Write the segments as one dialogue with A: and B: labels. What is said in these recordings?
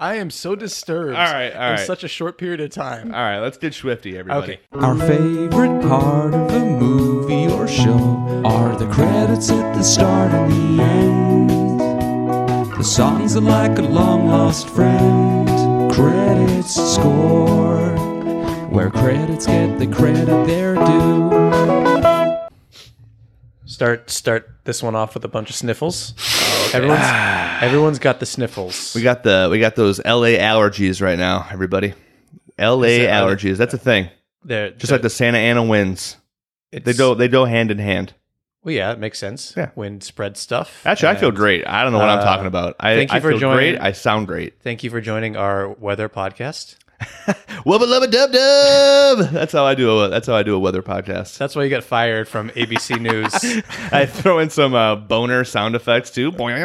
A: I am so disturbed
B: All right, all
A: in
B: right.
A: such a short period of time.
B: All right, let's do Swifty, everybody.
A: Okay.
C: Our favorite part of a movie or show are the credits at the start and the end. The songs are like a long lost friend. Credits score, where credits get the credit they're due.
A: Start start this one off with a bunch of sniffles. Everyone's everyone's got the sniffles.
B: Ah. We got the we got those LA allergies right now, everybody. LA
A: that-
B: allergies. That's a thing.
A: They're,
B: Just like the Santa Ana winds. They go they go hand in hand.
A: Well, yeah, it makes sense.
B: Yeah.
A: Wind spread stuff.
B: Actually, I feel
A: And
B: great. I don't know what
A: uh,
B: I'm talking about. I,
A: thank you
B: I
A: for
B: feel
A: joining.
B: great. I sound great.
A: Thank you for joining our weather podcast.
B: Wubba lubba dub dub. That's how I do a that's how I do a weather podcast.
A: That's why you got fired from ABC News.
B: I throw in some uh, boner sound effects too. Boing.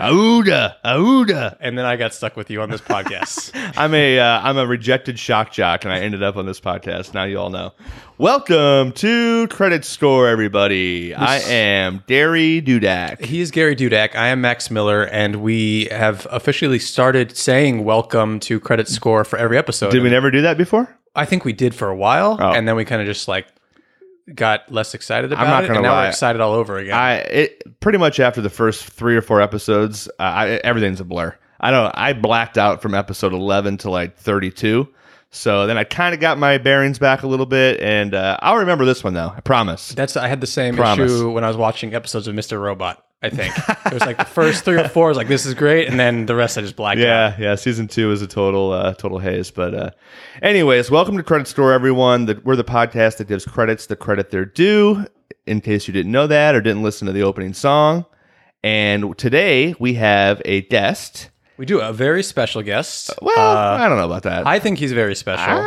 B: Auda, auda.
A: and then I got stuck with you on this podcast.
B: I'm a uh, I'm a rejected shock jock, and I ended up on this podcast. Now you all know. Welcome to Credit Score, everybody. I am Derry Dudak.
A: He is Gary Dudak. I am Max Miller, and we have officially started saying welcome to Credit Score for every episode.
B: Did we never do that before?
A: I think we did for a while,
B: Oh.
A: and then we kind of just like got less excited about
B: not
A: it,
B: gonna
A: and now
B: lie.
A: we're excited all over again.
B: I it pretty much after the first three or four episodes, uh, I, everything's a blur. I don't. I blacked out from episode eleven to like thirty-two. So then I kind of got my bearings back a little bit, and uh, I'll remember this one though. I promise.
A: That's I had the same
B: Promise.
A: issue when I was watching episodes of Mr. Robot. I think it was like the first three or four I was like, "This is great," and then the rest I just blacked out.
B: Yeah, yeah. Season two is a total, uh, total haze. But, uh, anyways, welcome to Credit Store, everyone. The, we're the podcast that gives credits the credit they're due. In case you didn't know that or didn't listen to the opening song, and today we have a guest.
A: We do a very special guest.
B: Well, I don't know about that.
A: Uh, I think he's very special.
B: Uh,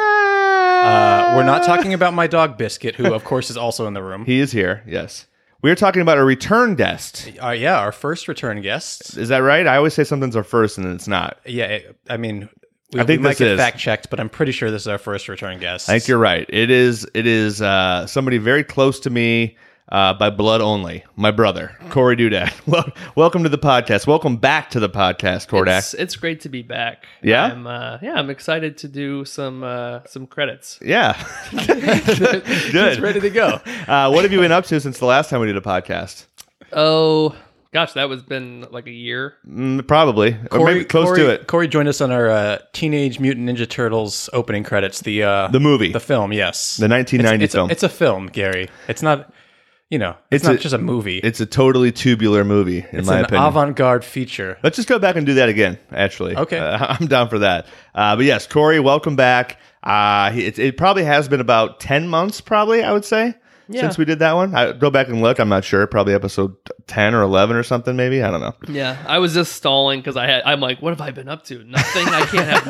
B: Ah.
A: Uh, we're not talking about my dog Biscuit, who of course is also in the room.
B: He is here. Yes, we are talking about a return guest.
A: Uh, yeah, our first return guest.
B: Is that right? I always say something's our first, and it's not.
A: Yeah, it- I mean, we,
B: I think
A: we might
B: this
A: get
B: is.
A: fact checked, but I'm pretty sure this is our first return guest.
B: I think you're right. It is. It is uh, somebody very close to me uh, by blood only. My brother, Corey Dudak. Well, welcome to the podcast. Welcome back to the podcast, Kordak.
D: It's, it's great to be back.
B: Yeah?
D: I'm, uh, yeah, I'm excited to do some uh, some credits.
B: yeah,
A: He's ready to go.
B: Uh, what have you been up to since the last time we did a podcast?
D: Oh gosh, that was been like a year.
B: Mm, probably, or maybe close
A: Corey,
B: to it.
A: Corey joined us on our uh, Teenage Mutant Ninja Turtles opening credits. The uh,
B: The movie,
A: the
B: the,
A: film, yes,
B: 1990
A: it's,
B: film.
A: A, it's a film, Gary. It's not, you know, it's,
B: It's
A: not
B: a-
A: just a movie.
B: it's a totally tubular movie, in
A: It's
B: my
A: an
B: opinion.
A: avant-garde feature.
B: Let's just go back and do that again. Actually,
A: Okay.
B: Uh, I'm down for that. Uh, but yes, Corey, welcome back. Uh, he- it, it probably has been about ten months, probably I would say, since we did that one. I go back and look. I'm not sure. Probably episode ten or eleven or something. Maybe I don't know.
D: Yeah, I was just stalling because I had. I'm like, what have I been up to? Nothing. I can't have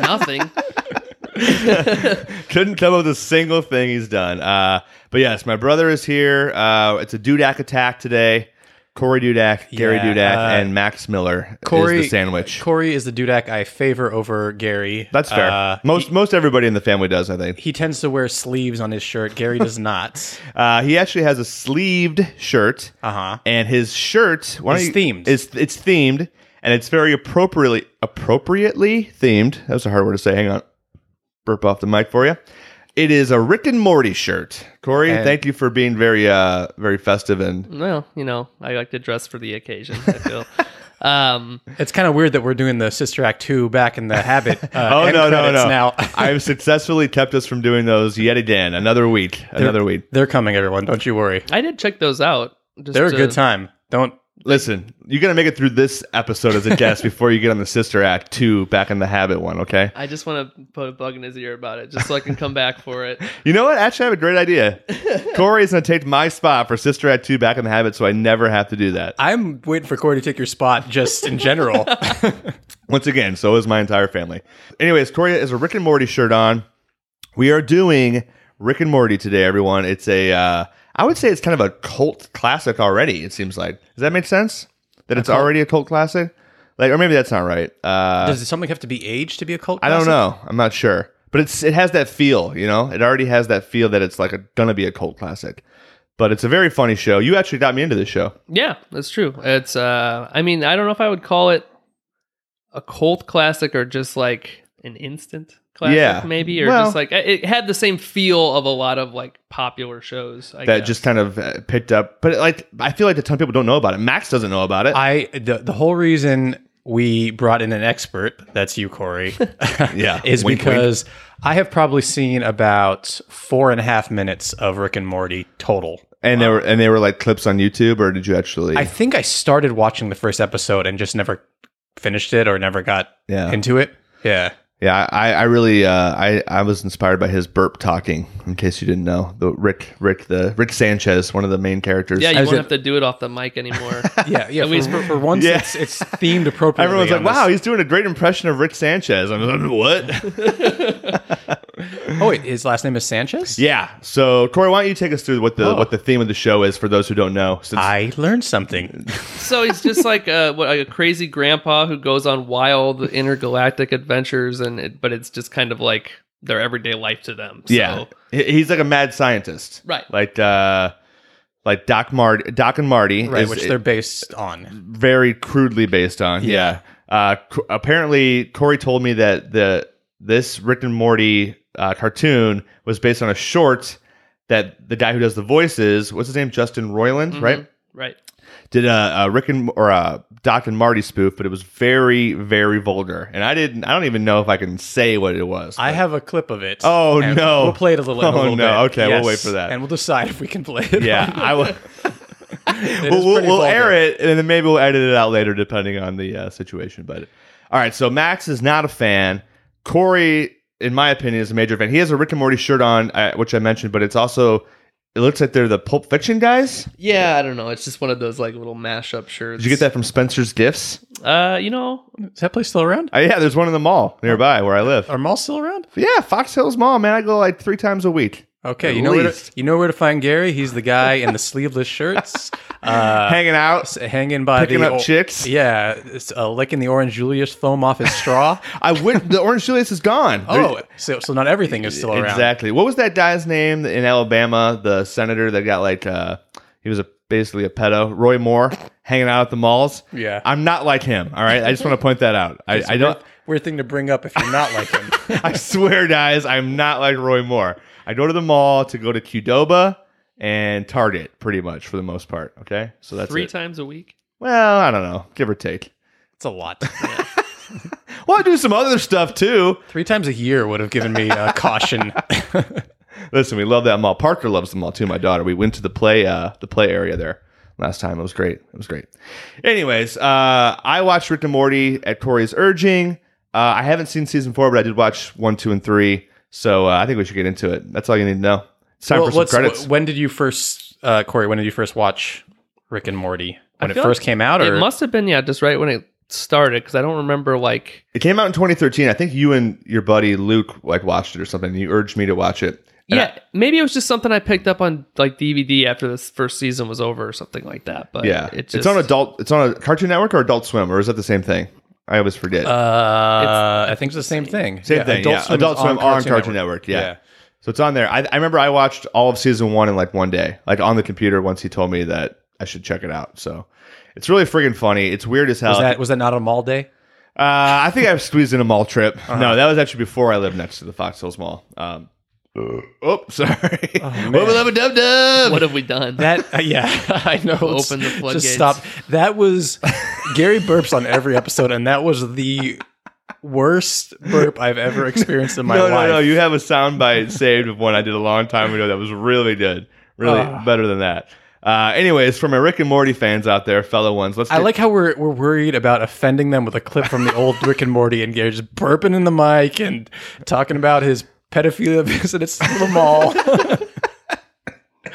D: nothing.
B: Couldn't come up with a single thing he's done. Uh, but yes, my brother is here. Uh, it's a Dudak attack today. Corey Dudak, Gary
A: Yeah,
B: Dudak,
A: uh,
B: and Max Miller
A: Corey
B: is the sandwich.
A: Corey is the Dudak I favor over Gary.
B: That's fair.
A: Uh,
B: most most everybody in the family does, I think.
A: he tends to wear sleeves on his shirt. Gary does not.
B: Uh, he actually has a sleeved shirt.
A: Uh-huh.
B: And his shirt why don't
A: Is
B: you-
A: themed.
B: It's it's themed, and it's very appropriately appropriately themed. That was a hard word to say. Hang on, burp off the mic for you. It is a Rick and Morty shirt. Corey,
A: And-
B: thank you for being very uh very festive and
D: Well, you know, I like to dress for the occasion. I feel. Um,
A: It's kind of weird that we're doing the Sister Act 2 back in the habit. Uh,
B: oh
A: end
B: no no
A: credits
B: no!
A: Now
B: I've successfully kept us from doing those yet again. Another week, another week.
A: they're coming, everyone. Don't you worry.
D: I did check those out. Just
A: They're a
D: to-
A: good time. Don't.
B: Listen, you got to make it through this episode as a guest before you get on the Sister Act two, back in the habit one. Okay.
D: I just want to put a bug in his ear about it, just so I can come back for it.
B: You know what? Actually, I have a great idea. Corey's going to take my spot for Sister Act 2 back in the habit so I never have to do that.
A: I'm waiting for Corey to take your spot just in general.
B: Once again, so is my entire family. Anyways, Corey has a Rick and Morty shirt on. We are doing Rick and Morty today, everyone. It's a, uh, I would say it's kind of a cult classic already, it seems like. Does that make sense? That it's already a cult classic? Like, or maybe that's not right. Uh,
A: Does something have to be aged to be a cult?
B: I don't
A: classic?
B: know. I'm not sure. But it's it has that feel, you know? It already has that feel that it's like a, gonna be a cult classic. But it's a very funny show. You actually got me into this show.
D: Yeah, that's true. It's. Uh, I mean, I don't know if I would call it a cult classic or just like an instant classic,
B: Yeah.
D: maybe, or
B: Well-
D: just like it had the same feel of a lot of like popular shows. I
B: that
D: guess.
B: just kind of uh, picked up. But like, I feel like a ton of people don't know about it. Max doesn't know about it.
A: I the the whole reason we brought in an expert, that's you, Corey,
B: Yeah.
A: is
B: Wink, wink.
A: because I have probably seen about four and a half minutes of Rick and Morty total.
B: and they were and they were like clips on YouTube, or did you actually?
A: uh, I think I started watching the first episode and just never finished it or never got
B: Yeah.
A: into it. Yeah.
B: yeah, I, I really uh, I I was inspired by his burp talking. In case you didn't know, the Rick Rick the Rick Sanchez, one of the main characters.
D: yeah, you
A: as
D: won't
A: it-
D: have to do it off the mic anymore.
A: Yeah, yeah.
D: At least
A: for, for once,
B: Yeah.
A: it's, it's themed appropriately.
B: Everyone's like,
A: on this.
B: "Wow, he's doing a great impression of Rick Sanchez." I'm like, "What?"
A: Oh, wait, his last name is Sanchez.
B: yeah. So, Corey, why don't you take us through what the
A: Oh.
B: what the theme of the show is for those who don't know? Since
A: I learned something.
D: so he's just like a, what, like a crazy grandpa who goes on wild intergalactic adventures, and it, but it's just kind of like their everyday life to them. So.
B: Yeah, He- he's like a mad scientist,
D: Right.
B: Like, uh, like Doc Mart, Doc and Marty,
A: Right,
B: is-
A: which they're based on.
B: very crudely based on. Yeah. Uh, c- apparently, Corey told me that the this Rick and Morty uh, cartoon was based on a short that the guy who does the voices, what's his name, Justin Roiland, right?
D: Right.
B: Did a, a Rick and or a Doc and Marty spoof, but it was very, very vulgar, and I didn't. I don't even know if I can say what it was.
A: I
B: but-
A: have a clip of it.
B: Oh,
A: and
B: no.
A: We'll play it a little. in
B: Oh,
A: a little
B: no.
A: bit.
B: Okay, we'll wait for that.
A: and we'll decide if we can play it.
B: yeah, I will.
A: It
B: we'll,
A: is
B: we'll-
A: pretty
B: we'll
A: vulgar.
B: air it and then maybe we'll edit it out later depending on the uh, situation but all right so max is not a fan corey in my opinion is a major fan he has a rick and morty shirt on uh, which i mentioned but it's also it looks like they're the pulp fiction guys
D: Yeah, I don't know. It's just one of those like little mashup shirts.
B: did you get that from spencer's gifts
D: that? Uh, you know,
A: Is that place still around?
B: uh, yeah there's one in the mall nearby where i live
A: Are malls still around?
B: yeah fox hills mall man i go like three times a week
A: Okay,
B: At
A: you know where to,
B: least.
A: you know where to find Gary. He's the guy in the sleeveless shirts, uh,
B: hanging out
A: hanging by
B: Picking
A: the
B: up chicks?
A: Yeah, it's, uh, licking the orange Julius foam off his straw.
B: i went the orange julius is gone
A: oh, so so not everything is still around.
B: Exactly. What was that guy's name in Alabama? The senator that got like uh he was a basically a pedo, Roy Moore, hanging out at the malls.
A: Yeah.
B: I'm not like him. All right. I just want to point that out. I, I don't
A: Weird, weird thing to bring up if you're not like him.
B: I swear, guys, I'm not like Roy Moore. I go to the mall to go to Qdoba and Target, pretty much for the most part. Okay. So that's
D: three
B: it.
D: times a week.
B: Well, I don't know. Give or take.
A: It's a lot.
B: Well, I do some other stuff too.
A: Three times a year would have given me uh, caution.
B: Listen, we love that mall. Parker loves the mall too. My daughter. We went to the play uh, the play area there last time. It was great. It was great. Anyways, uh, I watched Rick and Morty at Corey's urging. Uh, I haven't seen season four, but I did watch one, two, and three. So uh, I think we should get into it. That's all you need to know. It's time
A: Well,
B: for some
A: let's-
B: credits.
A: When did you first, uh, Corey? When did you first watch Rick and Morty? When
D: I
A: it
D: feel
A: first
D: like
A: came out, or
D: It must have been yeah, just right when it started because I don't remember like
B: it came out in 2013. I think you and your buddy Luke like watched it or something. You urged me to watch it. And
D: yeah, maybe it was just something I picked up on like DVD after this first season was over or something like that. But
B: Yeah,
D: it Uh, just,
B: it's on adult. It's on a Cartoon Network or Adult Swim, or is that the same thing? I always forget.
A: Uh, I think it's the same thing.
B: Same thing. yeah.
A: is
B: Adult Swim on Cartoon, Network. Yeah. So it's on there. I, I remember I watched all of season one in like one day, like on the computer once he told me that I should check it out. So it's really friggin' funny. It's weird as hell.
A: Was that was that not a mall day?
B: uh, I think I've squeezed in a mall trip. No, that was actually before I lived next to the Fox Hills Mall. Um, oh, sorry. Wubba lubba dub dub.
D: what have we done?
A: That uh, yeah, I know. Let's
D: Open the floodgates.
A: Just stop. That was Gary burps on every episode, and that was the worst burp I've ever experienced in my
B: no,
A: life.
B: no, no. You have a soundbite saved of one I did a long time ago that was really good. Really better than that. Uh, anyways, for my Rick and Morty fans out there, fellow ones, let's.
A: I
B: get-
A: like how we're we're worried about offending them with a clip from the old Rick and Morty, and Gary's just burping in the mic and talking about his pedophilia visits to the mall.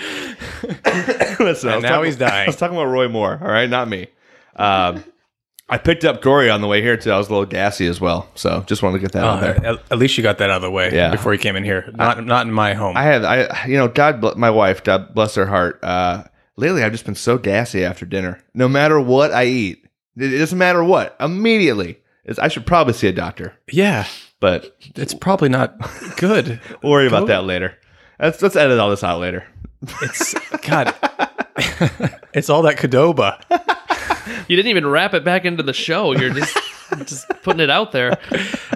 B: Listen, I was
A: now
B: talking-
A: he's dying.
B: I was talking about Roy Moore. All right, not me. Um, I picked up Corey on the way here too. I was a little gassy as well, so just wanted to get that out there.
A: at, at least you got that out of the way
B: Yeah.
A: before you came in here. Not not in my home.
B: I had, I you know, God, bl- my wife, God bless her heart. Uh, lately, I've just been so gassy after dinner. No matter what I eat, it, it doesn't matter what. Immediately, It's- I should probably see a doctor,
A: yeah,
B: but
A: it's probably not good.
B: we'll worry about that later. Let's let's edit all this out later.
A: It's God. it's all that Cadoba.
D: you didn't even wrap it back into the show. You're just just putting it out there.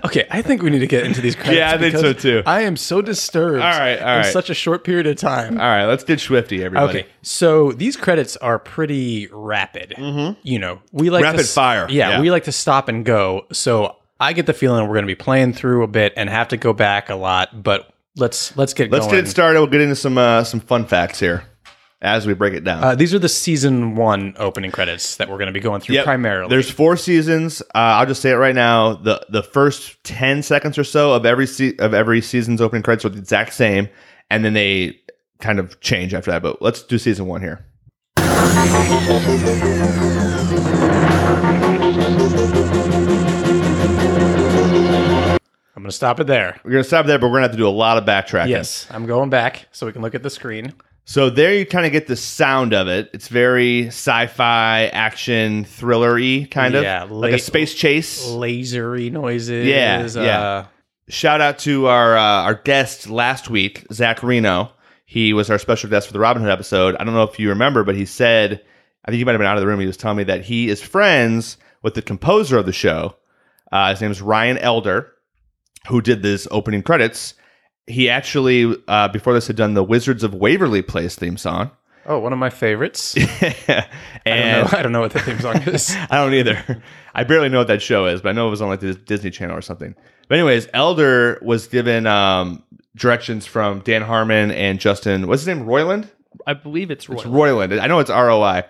A: Okay, I think we need to get into these credits.
B: Yeah, I think
A: because
B: so, too.
A: I am so disturbed.
B: All right, all
A: in
B: right.
A: such a short period of time.
B: All right, let's do Swifty, everybody.
A: Okay, so these credits are pretty rapid. You know, we like to
B: Mm-hmm. Rapid
A: s-
B: fire,
A: Yeah,
B: yeah.
A: we like to stop and go. So I get the feeling we're going to be playing through a bit and have to go back a lot. But let's let's get
B: Let's
A: going.
B: get it started. We'll get into some uh, some fun facts here as we break it down.
A: Uh, these are the season one opening credits that we're going to be going through
B: Yep.
A: primarily.
B: There's four seasons. Uh, I'll just say it right now. the The first ten seconds or so of every se- of every season's opening credits are the exact same, and then they kind of change after that. But let's do season one here.
A: I'm going to stop it there.
B: We're gonna stop there, but we're gonna have to do a lot of backtracking.
A: Yes, I'm going back so we can look at the screen.
B: So there you kind of get the sound of it. It's very sci-fi, action, thriller-y kind of,
A: Yeah,
B: like a
A: late-
B: space chase.
A: Lasery noises.
B: Yeah, yeah.
A: Uh,
B: Shout out to our uh, our guest last week, Zach Reno. He was our special guest for the Robin Hood episode. I don't know if you remember, but he said, I think you might have been out of the room. He was telling me that he is friends with the composer of the show. Uh, his name is Ryan Elder, who did this opening credits. He actually, uh, before this, had done the Wizards of Waverly Place theme song.
A: Oh, one of my favorites.
B: and
A: I don't know. I don't know what the theme song is.
B: I don't either. I barely know what that show is, but I know it was on like the Disney Channel or something. But anyways, Elder was given um, directions from Dan Harmon and Justin. What's his name? Royland.
D: I believe it's Roy.
B: It's Royland. I know it's ROI.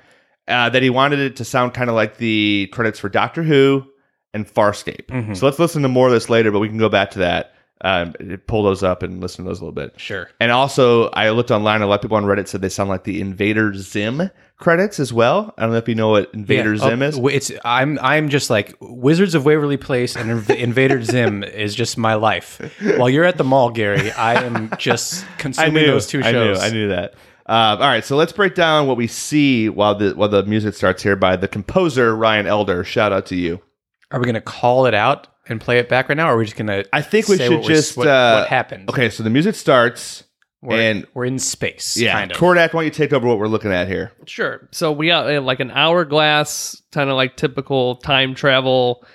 B: Uh, that he wanted it to sound kind of like the credits for Doctor Who and Farscape.
A: Mhm.
B: So let's listen to more of this later, but we can go back to that, um, pull those up, and listen to those a little bit.
A: Sure.
B: And also, I looked online. A lot of people on Reddit said they sound like the Invader Zim credits as well. I don't know if you know what Invader
A: Yeah,
B: Zim
A: oh,
B: is.
A: w- It's I'm I'm just like Wizards of Waverly Place and Inv- Invader Zim is just my life. While you're at the mall, Gary, I am just consuming those two
B: I knew.
A: shows.
B: I knew that. Uh, all right, so let's break down what we see while the while the music starts here by the composer Ryan Elder. Shout out to you.
A: Are we gonna call it out and play it back right now? Or are we just gonna?
B: I think we
A: say
B: should
A: what we're-
B: just
A: what,
B: uh,
A: what happened.
B: Okay, so the music starts.
A: we're,
B: and-
A: we're in space.
B: Yeah,
A: kind of.
B: Kordak, why don't you take over what we're looking at here?
D: Sure. So we got uh, like an hourglass, kind of like typical time travel.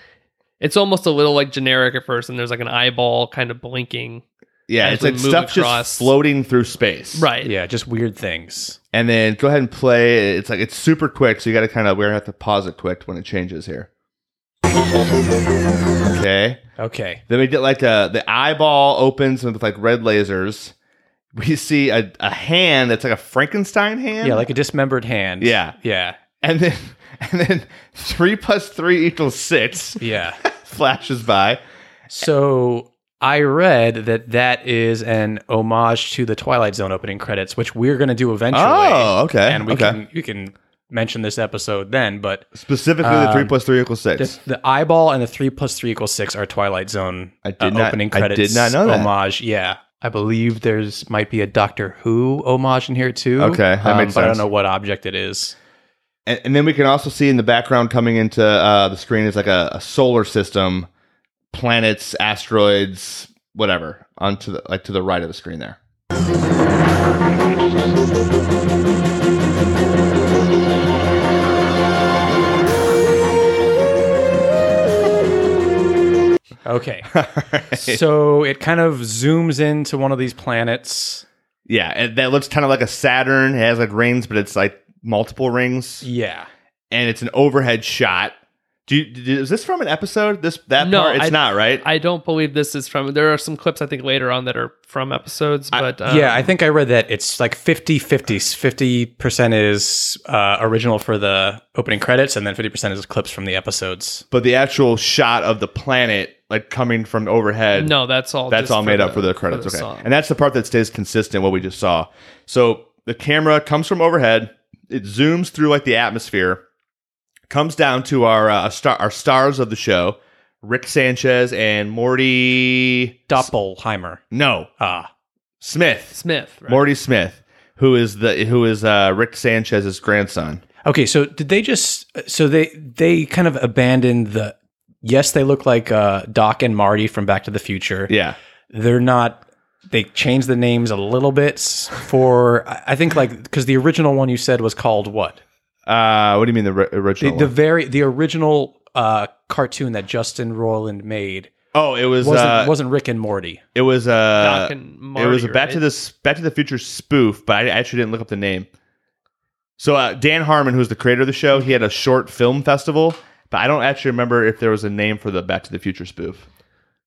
D: It's almost a little like generic at first, and there's like an eyeball kind of blinking.
B: Yeah,
D: As
B: it's
D: we
B: like
D: move
B: stuff
D: across-
B: just floating through space.
D: Right.
A: yeah, just weird things.
B: and then go ahead and play. It's like it's super quick, so you got to kind of we're gonna have to pause it quick when it changes here. Okay.
A: Okay.
B: Then we get like a the eyeball opens with like red lasers. We see a, a hand that's like a Frankenstein hand.
A: Yeah, like a dismembered hand.
B: Yeah.
A: Yeah.
B: and then and then three plus three equals six
A: Yeah.
B: flashes by.
A: So I read that that is an homage to the Twilight Zone opening credits, which we're going to do eventually.
B: Oh, okay,
A: And we
B: okay.
A: can we can mention this episode then, but
B: Specifically, the three
A: Um,
B: plus three equals six.
A: the, the eyeball and the three plus three equals six are Twilight Zone uh,
B: I did not-
A: opening
B: I did
A: credits.
B: not know that.
A: homage. Yeah. I believe there's might be a Doctor Who homage in here too. Um,
B: Okay, that makes
A: But I
B: sense.
A: don't know what object it is.
B: And, and then we can also see in the background coming into uh, the screen is like a, a solar system, planets, asteroids, whatever, onto the like to the right of the screen there.
A: Okay. So it kind of zooms into one of these planets.
B: Yeah, and that looks kind of like a Saturn. It has like rings, but it's like multiple rings,
A: Yeah.
B: and it's an overhead shot. Do you, do- is this from an episode? This that
D: No,
B: part? It's
D: I-
B: not right.
D: I don't believe this is from. There are some clips I think later on that are from episodes, but um,
A: yeah, I think I read that it's like 50 50. 50% is uh, original for the opening credits, and then 50% is clips from the episodes.
B: but the actual shot of the planet, like coming from overhead,
D: no, that's all.
B: that's
D: just
B: all made up for the credits. okay, and that's the part that stays consistent. What we just saw. So the camera comes from overhead. It zooms through like the atmosphere, comes down to our uh, star, our stars of the show, Rick Sanchez and Morty.
A: Doppelheimer.
B: No,
A: Ah,
B: Smith.
D: Smith. Right?
B: Morty Smith, who is the who is uh, Rick Sanchez's grandson.
A: okay. So did they just? So they they kind of abandoned the. Yes, they look like uh, Doc and Marty from Back to the Future.
B: Yeah,
A: They're not. They changed the names a little bit s- for I I think like because the original one you said was called what
B: uh, what do you mean the ri-
A: the,
B: original?
A: the
B: one?
A: very the original uh, cartoon that Justin Roiland made.
B: Oh, it was
A: Wasn't,
B: uh,
A: wasn't Rick and Morty.
B: it was uh,
D: Doc and
B: it was a
D: Marty,
B: Back to
D: right?
B: the S- Back to the Future spoof, but I actually didn't look up the name. So uh, Dan Harmon, who's the creator of the show, he had a short film festival, but I don't actually remember if there was a name for the Back to the Future spoof.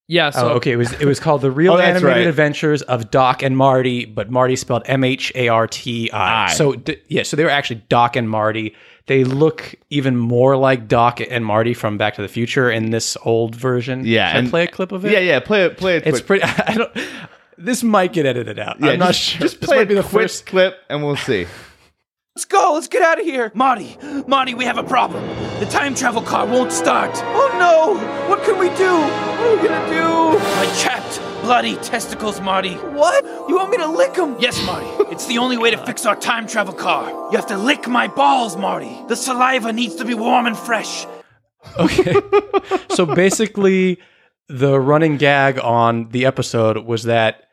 D: Yeah. So
A: oh, okay. It was it was called the Real
B: Oh, that's
A: Animated
B: right.
A: Adventures of Doc and Marty, but Marty spelled M H A R T
B: I.
A: I. So d- yeah, so they were actually Doc and Marty. They look even more like Doc and Marty from Back to the Future in this old version.
B: Yeah,
A: Should
B: and-
A: I play a clip of it.
B: Yeah, yeah, play it, play it.
A: it's
B: quick.
A: pretty. I don't. This might get edited out.
B: Yeah,
A: I'm not
B: just-
A: sure.
B: Just
A: this
B: play
A: might
B: a quick clip, and we'll see.
E: Let's go. Let's get out of here.
F: Marty, Marty, we have a problem. The time travel car won't start.
E: Oh no! What can we do? What are we gonna
F: My chapped, bloody testicles, Marty.
E: do? What? You want me to lick him?
F: Yes, Marty. It's the only way to fix our time travel car. You have to lick my balls, Marty. The saliva needs to be warm and fresh.
A: Okay. so basically, the running gag on the episode was that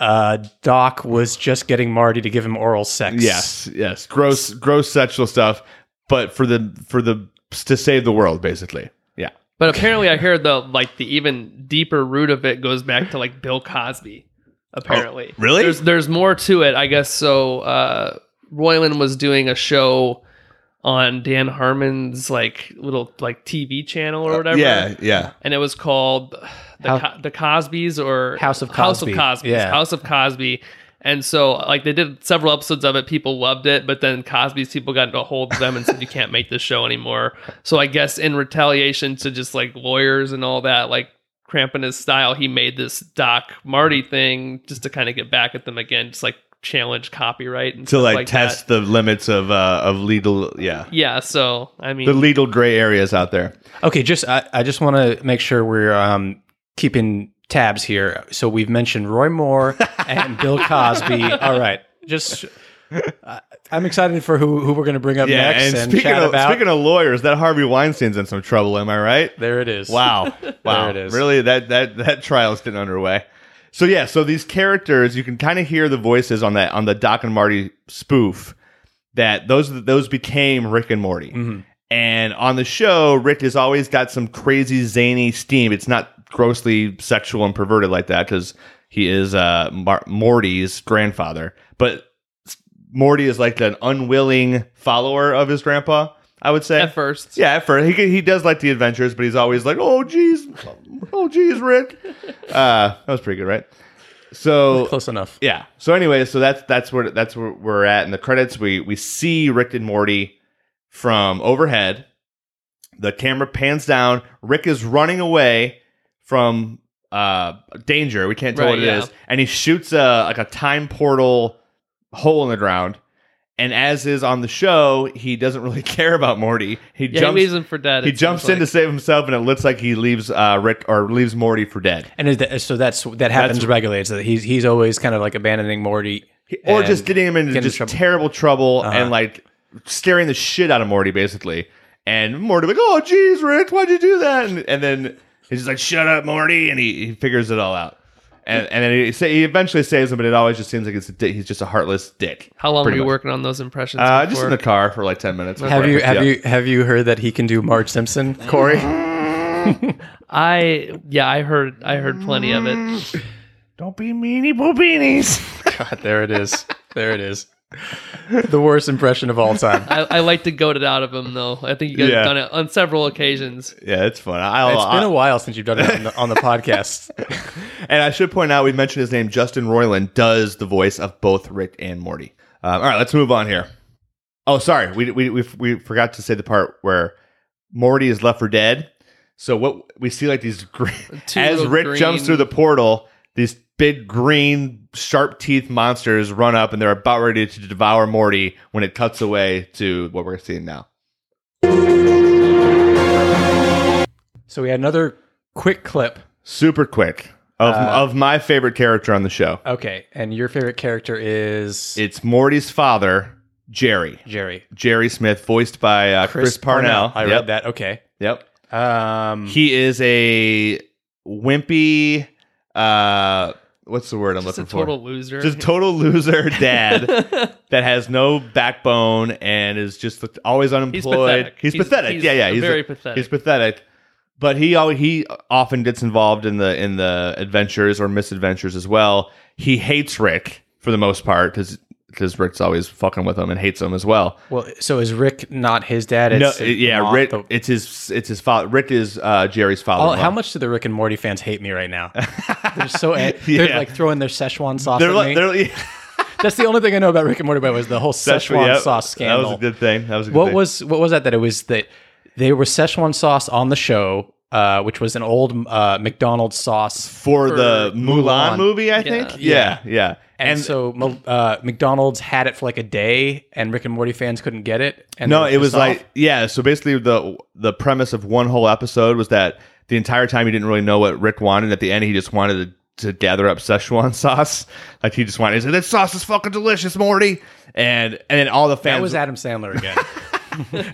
A: uh, Doc was just getting Marty to give him oral sex.
B: Yes, yes, gross, gross sexual stuff, but for the for the to save the world, basically. Yeah.
D: But apparently, I heard the like the even deeper root of it goes back to like Bill Cosby. Apparently,
B: Oh, really?
D: There's there's more to it, I guess. So uh, Royland was doing a show on Dan Harmon's like little like TV channel or whatever.
B: Uh, Yeah, yeah.
D: and it was called the
A: How-
D: Co- the Cosbys or
A: House of
D: House of
A: Cosby.
D: Cosby.
A: Yeah.
D: House of Cosby. And so, like, they did several episodes of it. People loved it, but then Cosby's people got into a hold of them and said, "You can't make this show anymore." So, I guess in retaliation to just like lawyers and all that, like cramping his style, he made this Doc Marty thing just to kind of get back at them again, just like challenge copyright and
B: To
D: stuff
B: like,
D: like that.
B: test the limits of uh of legal, yeah,
D: Yeah. So, I mean,
B: the legal gray areas out there.
A: Okay. Just I, I just want to make sure we're um, keeping tabs here. So we've mentioned Roy Moore and Bill Cosby. All right. Just. I- I'm excited for who, who we're going to bring up
B: Yeah,
A: next
B: and,
A: and,
B: speaking
A: chat
B: of
A: about.
B: speaking of lawyers, that Harvey Weinstein's in some trouble. Am I right?
A: there it is.
B: Wow, wow,
A: it is.
B: really that that that trial's getting underway. So yeah, so these characters, you can kind of hear the voices on that on the Doc and Marty spoof. That those those became Rick and Morty,
A: Mm-hmm.
B: and on the show, Rick has always got some crazy zany steam. It's not grossly sexual and perverted like that because he is uh, Mar- Morty's grandfather, but Morty is like an unwilling follower of his grandpa. I would say
D: at first,
B: yeah, at first he can- he does like the adventures, but he's always like, "Oh geez, oh geez, Rick." Uh, that was pretty good, right? So
A: Close enough.
B: yeah. So anyway, so that's that's where that's where we're at in the credits. We we see Rick and Morty from overhead. The camera pans down. Rick is running away from uh danger. We can't tell
D: Right,
B: what it is,
D: yeah.
B: and he shoots a like a time portal hole in the ground. And as is on the show, he doesn't really care about Morty. He
D: yeah,
B: jumps
D: he leaves him for dead.
B: he
D: it seems
B: jumps in
D: like.
B: to save himself, and it looks like he leaves uh, Rick or leaves Morty for dead,
A: And is that, so that's that happens regularly. It's that he's he's always kind of like abandoning Morty,
B: or
A: and-
B: just getting him into
A: get in
B: just
A: trouble. Uh-huh.
B: terrible trouble and like scaring the shit out of Morty, basically. And Morty like, oh jeez, Rick, why'd you do that? And, and then he's just like, shut up, Morty, and he, he figures it all out. And, and then he, sa- he eventually saves him, but it always just seems like it's a dick. he's just a heartless dick.
D: How long were
B: pretty
D: you
B: much.
D: working on those impressions?
B: Uh, just
D: before?
B: in the car for like ten minutes.
A: Have you
B: Yeah.
A: have you have you heard that he can do Marge Simpson, Corey?
D: I yeah, I heard I heard plenty of it.
B: Don't be meanie boo beanies.
A: God, there it is. There it is. The worst impression of all time.
D: I, I like to goad it out of him though. I think you guys
B: Yeah.
D: have done it on several occasions.
B: yeah, it's fun. I,
A: It's
B: Oh, I,
A: been a while since you've done it on the, on the podcast.
B: And I should point out, we mentioned his name. Justin Roiland does the voice of both Rick and Morty. Um, all right, let's move on here. Oh, sorry, we we we, we forgot to say the part where Morty is left for dead. So what we see like these green,
D: Two
B: as
D: little
B: Rick jumps
D: green-
B: through the portal, these big green sharp teeth monsters run up and they're about ready to devour Morty when it cuts away to what we're seeing now.
A: So we had another quick clip.
B: Super quick of
D: Uh,
B: of my favorite character on the show.
A: Okay, and your favorite character is
B: It's Morty's father, Jerry.
A: Jerry
B: Jerry Smith, voiced by uh, Chris, Parnell.
A: I
B: yep.
A: read that. Okay.
B: Yep.
A: Um,
B: He is a wimpy, uh, what's the word I'm
D: Just a
B: looking
D: total
B: for?
D: loser.
B: Just total loser dad that has no backbone and is just always unemployed.
D: pathetic. He's- he's
B: yeah, yeah, he's
D: very
B: a-
D: pathetic.
B: He's pathetic. But he al- he often gets involved in the in the adventures or misadventures as well. He hates Rick for the most part because Rick's always fucking with him and hates him as well.
A: Well, so is Rick not his dad?
B: no,
A: It's
B: yeah,
A: not
B: Rick.
A: the-
B: It's his it's his father. Rick is uh, Jerry's father.
A: All, how much do the Rick and Morty fans hate me right now? They're so an-
B: Yeah.
A: they're like throwing their Szechuan sauce
B: They're,
A: at
B: li-
A: me.
B: they're li-
A: That's the only thing I know about Rick and Morty. By the way, was the whole
B: That's
A: Szechuan
B: yeah,
A: sauce scandal.
B: That was a good thing. That was a good
A: what
B: thing.
A: was what was that? That it was that they were Szechuan sauce on the show, uh, which was an old uh, McDonald's sauce,
B: for,
D: for
B: the Mulan,
A: Mulan.
B: movie? I think. Yeah,
A: Yeah.
B: yeah.
A: and, so mo- uh, McDonald's had it for like a day, and Rick and Morty fans couldn't get it. And
B: no,
A: they were
B: it was
A: pissed off.
B: like yeah. So basically, the the premise of one whole episode was that the entire time he didn't really know what Rick wanted. At the end, he just wanted to. To gather up Szechuan sauce, like he just wanted, he said, "That sauce is fucking delicious, Morty," and and then all the fans
A: that was Adam Sandler again.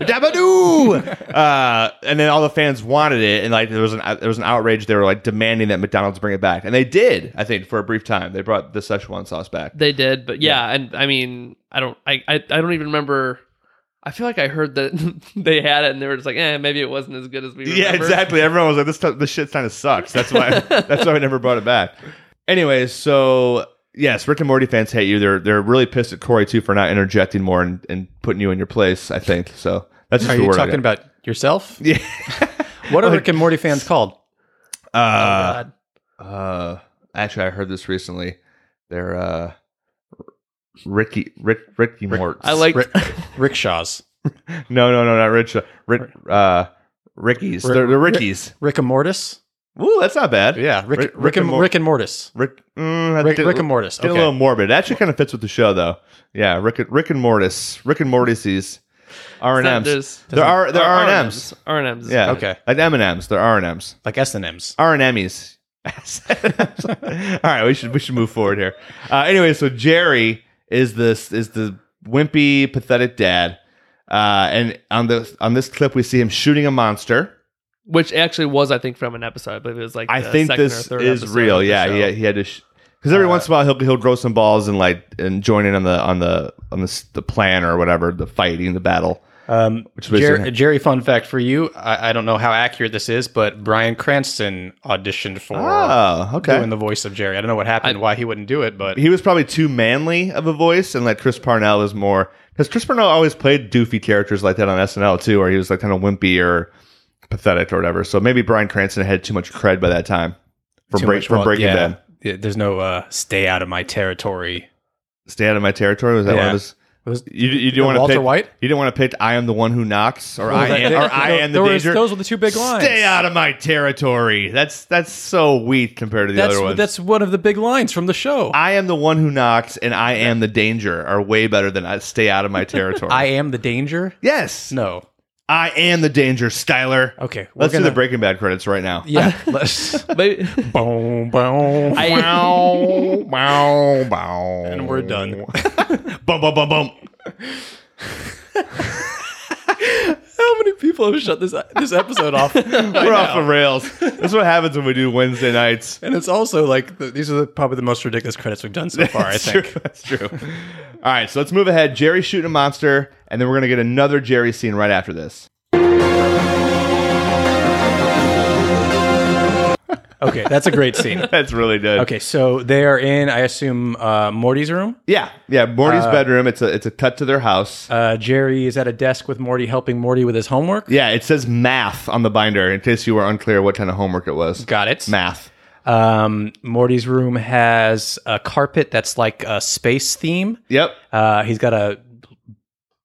B: Dabadoo! uh, and then all the fans wanted it, and like there was an there was an outrage. They were like demanding that McDonald's bring it back, and they did. I think for a brief time, they brought the Szechuan sauce back.
D: They did, but yeah, and I mean, I don't, I, I, I don't even remember. I feel like I heard that they had it, and they were just like, eh, maybe it wasn't as good as we.
B: yeah,
D: remember.
B: exactly. Everyone was like, "This t- this shit kind of sucks." That's why that's why we never brought it back. Anyways, so yes, Rick and Morty fans hate you. They're they're really pissed at Corey too for not interjecting more and, and putting you in your place. I think so. That's just
A: Are
B: the
A: you
B: word I
A: talking
B: got.
A: about yourself?
B: Yeah.
A: What are Rick and Morty fans called? Oh,
B: Uh,
A: God.
B: uh actually I heard this recently. They're uh Ricky Rick Ricky Morts.
D: I like
A: Rick, rickshaws.
B: No, no, no, not Rich. Rick uh
A: Rick-
B: Rickies. they're the Rickies.
A: Rick and Mortis.
B: Ooh, that's not bad.
A: Yeah, Rick,
B: Rick-
A: Rick,
B: Rick
A: and,
B: and Mor-
A: Rick and Mortis.
B: Rick mm, I
A: Rick,
B: did-
A: Rick and Mortis.
B: did
A: Okay.
B: a little morbid. It actually kind of fits with the show though. Yeah, Rick Rick and Mortis. Rick and Mortises. R
D: It's
B: and
D: not-
B: M's.
D: there's-
B: There are there are and M's.
D: R and M's.
B: Yeah.
A: Okay.
B: Like M and M's. There are and M's.
A: like S and M's.
B: R and Emmys. All right, we should we should move forward here. Uh, anyway, so Jerry is this is the wimpy, pathetic dad, uh, and on this on this clip we see him shooting a monster.
D: Which actually was, I think, from an episode. I believe it was like
B: I
D: the
B: think
D: second
B: this
D: or third
B: is
D: episode
B: real.
D: of the
B: Yeah,
D: show. Uh,
B: he, he had to because every once in a while he'll he'll grow some balls and like and join in on the on the on the s- the plan or whatever the fighting the battle.
A: Um,
B: is basically-
A: Jer- Jerry, fun fact for you. I, I don't know how accurate this is, but Brian Cranston auditioned for
B: Oh, okay.
A: doing the voice of Jerry. I don't know what happened, why he wouldn't do it, but
B: he was probably too manly of a voice, and like Chris Parnell was more because Chris Parnell always played doofy characters like that on SNL too, where he was like kind of wimpy or pathetic or whatever. So maybe Brian Cranston had too much cred by that time for
A: too
B: break
A: much-
B: for
A: well,
B: Breaking
A: yeah,
B: Bad.
A: yeah, There's no uh, stay out of my territory.
B: Stay out of my territory was that one
A: Yeah.
B: of his.
A: Was-
B: You, you didn't want to
A: Walter
B: pick
A: White?
B: You didn't want to pick I am the one who knocks or
A: Well,
B: I
A: that-
B: am
A: that-
B: or I am the
A: there was-
B: danger.
A: those were the two big lines.
B: Stay out of my territory. That's that's so weak compared to the
A: That's
B: other ones.
A: that's one of the big lines from the show. I,
B: I am the one who knocks and I am the danger are way better than I stay out of my territory.
A: am the danger.
B: yes.
A: No.
B: I am the danger, Skyler.
A: Okay, we're
B: Let's do the
A: gonna-
B: Breaking Bad credits right now.
A: Yeah. Let's.
D: Maybe-
A: boom, boom.
D: I,
B: Bow, bow, bow.
A: and we're done.
B: Bum, bum, bum, bum.
A: How many people have shut this this episode off? and
B: We're off the rails. This is what happens when we do Wednesday nights.
A: it's also like the, these are the, probably the most ridiculous credits we've done so far. I
B: That's
A: think.
B: True. That's true. All right, so let's move ahead. Jerry shooting a monster, and then we're going to get another Jerry scene right after this.
A: Okay, that's a great scene.
B: That's really good.
A: Okay, so they are in, I assume, uh, Morty's room.
B: Yeah. Yeah. Morty's bedroom. It's a it's a cut to their house.
A: Uh, Jerry is at a desk with Morty, helping Morty with his homework.
B: yeah. It says math on the binder in case you were unclear what kind of homework it was.
A: Got it.
B: Math.
A: Um, Morty's room has a carpet that's like a space theme.
B: Yep.
A: Uh, he's got a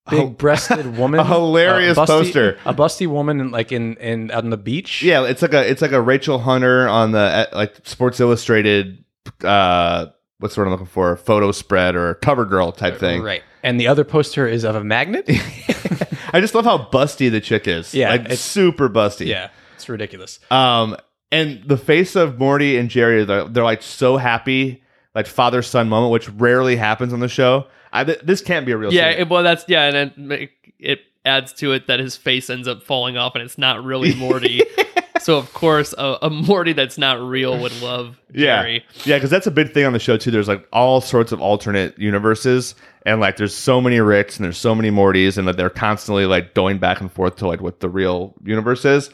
A: big-breasted woman, uh,
B: a hilarious
A: a busty-
B: poster.
A: a busty woman like in in out on the beach.
B: Yeah, it's like a it's like a Rachel Hunter on the uh, like Sports Illustrated. uh What's the word I'm looking for? Photo spread or cover girl type thing.
A: Right. And the other poster is of a magnet.
B: I just love how busty the chick is.
A: Yeah,
B: like
A: it's-
B: super busty.
A: yeah, it's ridiculous.
B: Um, and the face of Morty and Jerry, they're, they're like so happy, like father son moment, which rarely happens on the show. I, th- this can't be a real.
D: yeah,
B: scene.
D: it- well, that's yeah, and it, it adds to it that his face ends up falling off and it's not really Morty. so of course, a, a Morty that's not real would love
B: Yeah,
D: Jerry.
B: yeah, because that's a big thing on the show too. There's like all sorts of alternate universes, and like there's so many Ricks and there's so many Mortys, and that they're constantly like going back and forth to like what the real universe is.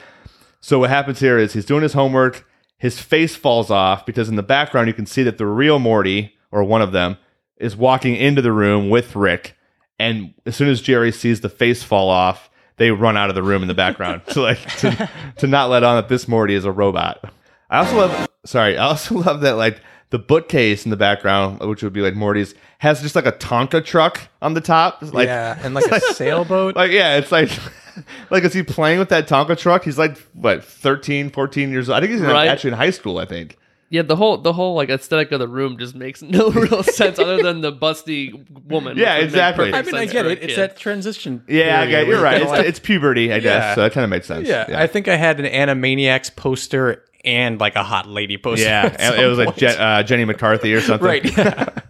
B: So what happens here is he's doing his homework. His face falls off because in the background you can see that the real Morty or one of them is walking into the room with Rick, and as soon as Jerry sees the face fall off, they run out of the room in the background to like to, to not let on that this Morty is a robot. I also love sorry, I also love that like the bookcase in the background, which would be like Morty's, has just like a Tonka truck on the top. It's Like
A: yeah, and like a sailboat.
B: like yeah, it's like like is he playing with that Tonka truck? He's like what 13, 14 years old. I think he's in-
D: Right.
B: actually in high school, I think.
D: Yeah, the whole the whole like aesthetic of the room just makes no real sense other than the busty woman. which
B: Yeah,
D: would make
B: exactly.
D: perfect
A: I mean, I
D: sense
A: get
D: for a
A: it. It's
D: kid.
A: that transition.
B: Yeah, I
A: period
B: get-
A: where
B: you're right.
A: kinda
B: It's,
A: like-
B: it's puberty, I guess.
A: Yeah.
B: So that kind of makes sense.
A: yeah,
B: yeah.
A: I think I had an Animaniacs poster and like a hot lady poster.
B: Yeah,
A: at
B: and it
A: some
B: was like
A: point.
B: Je- uh, Jenny McCarthy or something.
A: right.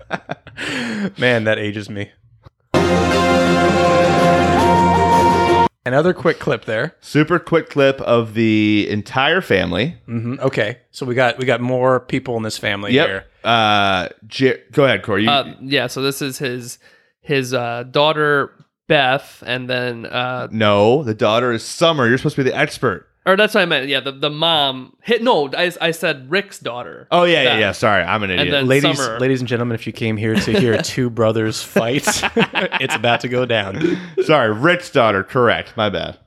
A: Yeah. Man, that ages me. Another quick clip there.
B: Super quick clip of the entire family.
A: hmm Okay, so we got we got more people in this family here.
B: Yep. Uh, Jer- go ahead, Corey. You,
D: Uh, yeah, so this is his his uh, daughter Beth, and then uh,
B: No, the daughter is Summer. You're supposed to be the expert.
D: or that's what I meant. Yeah, the, the mom hit. No, I, I said Rick's daughter.
B: Oh yeah, yeah,
D: Beth.
B: yeah. Sorry, I'm an idiot.
D: then-
A: Ladies,
D: Summer.
A: ladies and gentlemen, if you came here to hear two brothers fight, it's about to go down.
B: Sorry, Rick's daughter. Correct. My bad.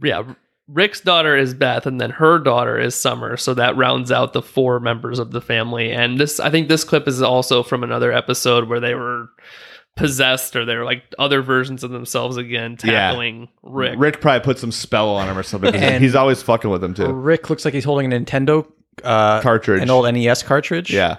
D: yeah. R- Rick's daughter is Beth, and then her daughter is Summer. So that rounds out the four members of the family. And this, I think, this clip is also from another episode where they were possessed, or they were like other versions of themselves again,
B: Yeah.
D: tackling Rick.
B: Rick probably put some spell on him or something. 'cause
A: And-
B: he's always fucking with him too.
A: Rick looks like he's holding a Nintendo uh,
B: Cartridge.
A: an old NES cartridge. Uh,
B: Yeah.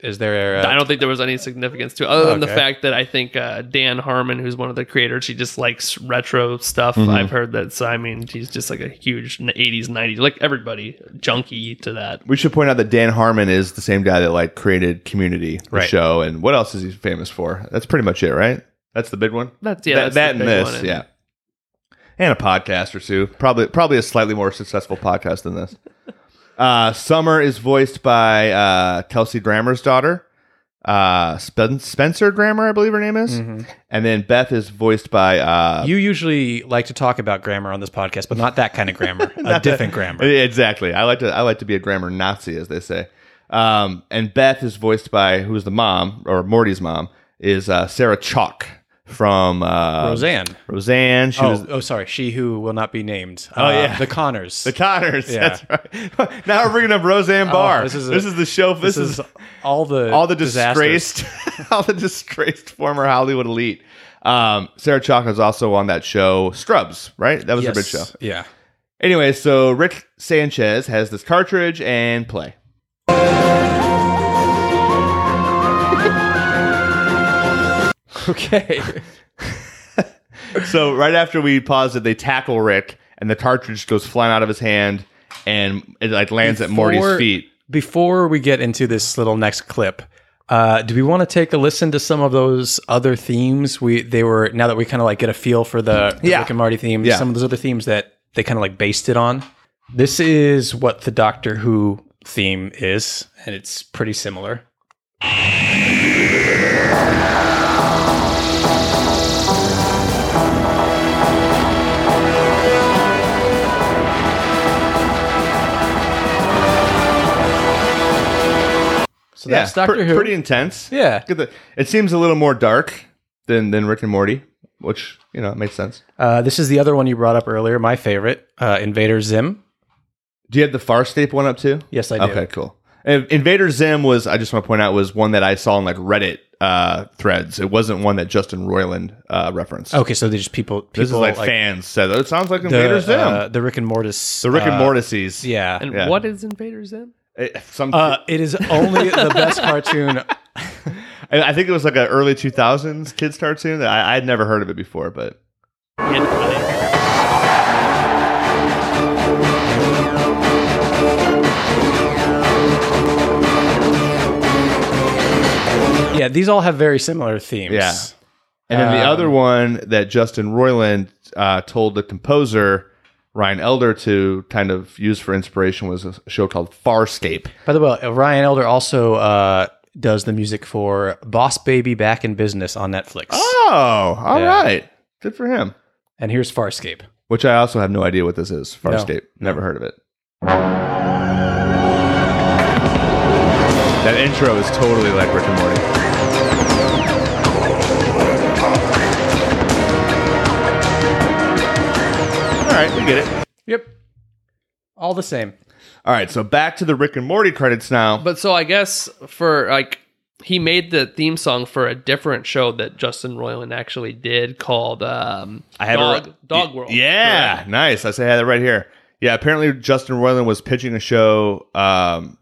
A: Is there?
D: I
A: A,
D: don't think there was any significance to it, other than the
A: Okay.
D: fact that I think uh, Dan Harmon, who's one of the creators, he just likes retro stuff.
B: Mm-hmm.
D: I've heard that. So I mean, he's just like a huge n- '80s, '90s, like everybody junkie to that.
B: We should point out that Dan Harmon is the same guy that like created Community, the
A: Right.
B: show, and what else is he famous for? That's pretty much it, right? That's the big one.
D: That's yeah,
B: that,
D: that's
B: that
D: the
B: and
D: big
B: this,
D: one.
B: yeah. And a podcast or two. Probably probably a slightly more successful podcast than this. Uh, Summer is voiced by uh, Kelsey Grammer's daughter, uh, Spen- Spencer Grammer, I believe her name is.
A: Mm-hmm.
B: And then Beth is voiced by uh,
A: you usually like to talk about grammar on this podcast, but not that kind of grammar. a different grammar.
B: exactly. I like to I like to be a grammar Nazi, as they say. Um, and Beth is voiced by who's the mom or Morty's mom is uh, Sarah Chalk from uh,
A: Roseanne.
B: Roseanne. She
A: oh,
B: was
A: oh, sorry. She who will not be named.
B: Oh,
A: Uh,
B: yeah.
A: the Connors.
B: The Connors.
A: Yeah. Oh,
B: That's right. now we're bringing up Roseanne Barr.
A: this
B: this,
A: is
B: is
A: a-
B: the show. This, is,
A: all the
B: all the
A: disasters.
B: disgraced, all the disgraced former Hollywood elite. Um, Sarah Chalk is also on that show Scrubs, right? That was her big show.
A: Yes. Yeah.
B: Anyway, so Rick Sanchez has this cartridge and play.
A: Okay.
B: So right after we paused it, they tackle Rick, and the cartridge goes flying out of his hand, and it like lands at Morty's
A: Before-
B: feet.
A: Before we get into this little next clip, uh, do we want to take a listen to some of those other themes? We they were now that we kind of like get a feel for the, the
B: Yeah.
A: Rick and Marty themes.
B: Yeah.
A: Some of those other themes that they kind of like based it on. This is what the Doctor Who theme is, and it's pretty similar. So that's Doctor
B: pre-
A: Who.
B: Pretty intense.
A: Yeah.
B: Get the- it seems a little more dark than than Rick and Morty, which you know makes sense.
A: Uh, this is the other one you brought up earlier. My favorite, uh, Invader Zim.
B: Do you have the Farscape one up too?
A: Yes, I do.
B: Okay, cool. And Invader Zim was I just want to point out was one that I saw on like Reddit uh, threads. It wasn't one that Justin Roiland uh, referenced.
A: Okay, so there's people. Oh, people
B: this is like, fans said. It sounds like Invader Zim.
A: uh, the Rick and Mortis.
B: the Rick and
A: uh,
B: Mortises.
A: Yeah.
D: And
B: Yeah.
D: what is Invader Zim?
B: It- some.
A: Uh, it is only the best cartoon.
B: I I think it was like an early 2000s kids cartoon that I, I'd never heard of it before, but
A: Yeah, these all have very similar themes.
B: Yeah. And then the
A: Um,
B: other one that Justin Roiland uh, told the composer Ryan Elder to kind of use for inspiration was a show called Farscape.
A: By the way, Ryan Elder also uh, does the music for Boss Baby Back in Business on Netflix.
B: Oh, all right,
A: Yeah.
B: Good for him.
A: And here's Farscape.
B: Which I also have no idea what this is. Farscape. Never heard of it. That intro is totally like Rick and Morty. All right, we get it.
A: Yep. All the same.
B: All right, so back to the Rick and Morty credits now.
D: But so I guess for like he made the theme song for a different show that Justin Roiland actually did called um
B: I have it
D: Dog,
B: right-
D: Dog World.
B: Yeah,
D: correct?
B: nice. I say I had that right here. Yeah, apparently Justin Roiland was pitching a show um,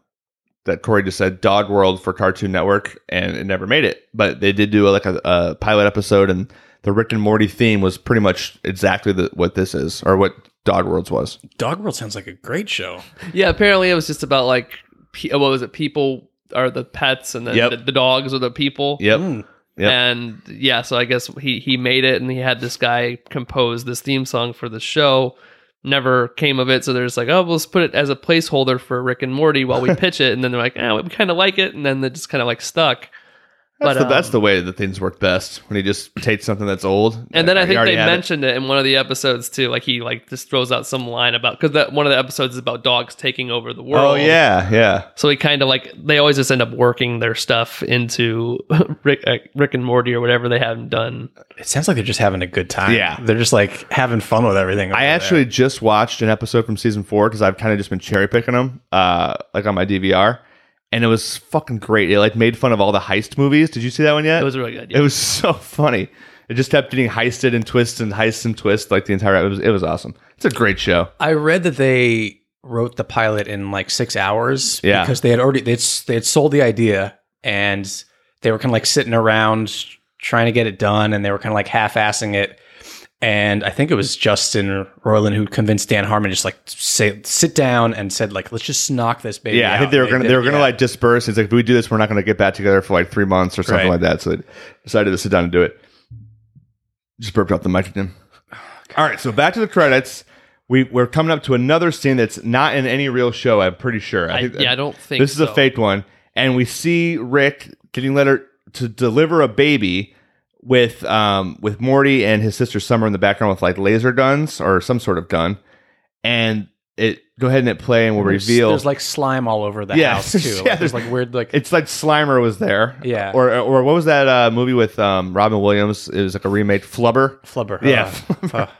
B: that Corey just said Dog World for Cartoon Network, and it never made it. But they did do like a, a pilot episode, and the Rick and Morty theme was pretty much exactly the, what this is or what Dog World's was.
A: Dog World sounds like a great show.
D: Yeah, apparently it was just about like pe- what was it? People are the pets and then
B: Yep.
D: the, the dogs are the people.
B: Yep. Yep.
D: And yeah, so I guess he he made it and he had this guy compose this theme song for the show. Never came of it, so they're just like, oh, well, let's put it as a placeholder for Rick and Morty while we pitch it, and then they're like, oh, we kind of like it, and then they just kind of like stuck.
B: That's, the, that's
D: um,
B: the way that things work best when he just takes something that's old. Uh,
D: And then
B: He
D: I think
B: already
D: they
B: had it.
D: mentioned it. in one of the episodes too. Like he like just throws out some line about because that one of the episodes is about dogs taking over the world.
B: Oh yeah, yeah.
D: So he kind of like they always just end up working their stuff into Rick, uh, Rick and Morty or whatever they haven't done.
A: It sounds like they're just having a good time.
B: Yeah.
A: They're just like having fun with everything. over
B: I
A: there.
B: actually just watched an episode from season four because I've kind of just been cherry picking them, uh, like on my DVR, and it was fucking great. It like made fun of all the heist movies. Did you see that one yet?
D: It was a really good.
B: It was so funny. It just kept getting heisted and twists and heists and twists like the entire. It was it was awesome. It's a great show.
A: I read that they wrote the pilot in like six hours.
B: Yeah.
A: Because they had already they'd s- they had sold the idea and they were kind of like sitting around trying to get it done and they were kind of like half assing it. And I think it was Justin Roiland who convinced Dan Harmon just like say sit down and said like let's just knock this baby.
B: Yeah, I think
A: out."
B: they were gonna
A: did-
B: they were gonna
A: yeah.
B: like disperse. It's like if we do this, we're not gonna get back together for like three months or something
A: Right.
B: like that. So they decided to sit down and do it. Just burped off the mic again. All right, so back to the credits. We we're coming up to another scene that's not in any real show. I'm pretty sure.
D: I, yeah, I don't think
B: this is
D: so.
B: a fake one, and we see Rick getting letter to deliver a baby with um with Morty and his sister Summer in the background with like laser guns or some sort of gun, and it go ahead and it play and will
A: There's-
B: reveal
A: There's like slime all over the
B: Yeah.
A: house too.
B: Yeah,
A: Like, there's
B: there's-
A: like weird like
B: it's like Slimer was there.
A: Yeah.
B: Or or what was that uh, movie with um, Robin Williams? It was like a remake, Flubber.
A: flubber.
B: Yeah.
A: Uh, uh,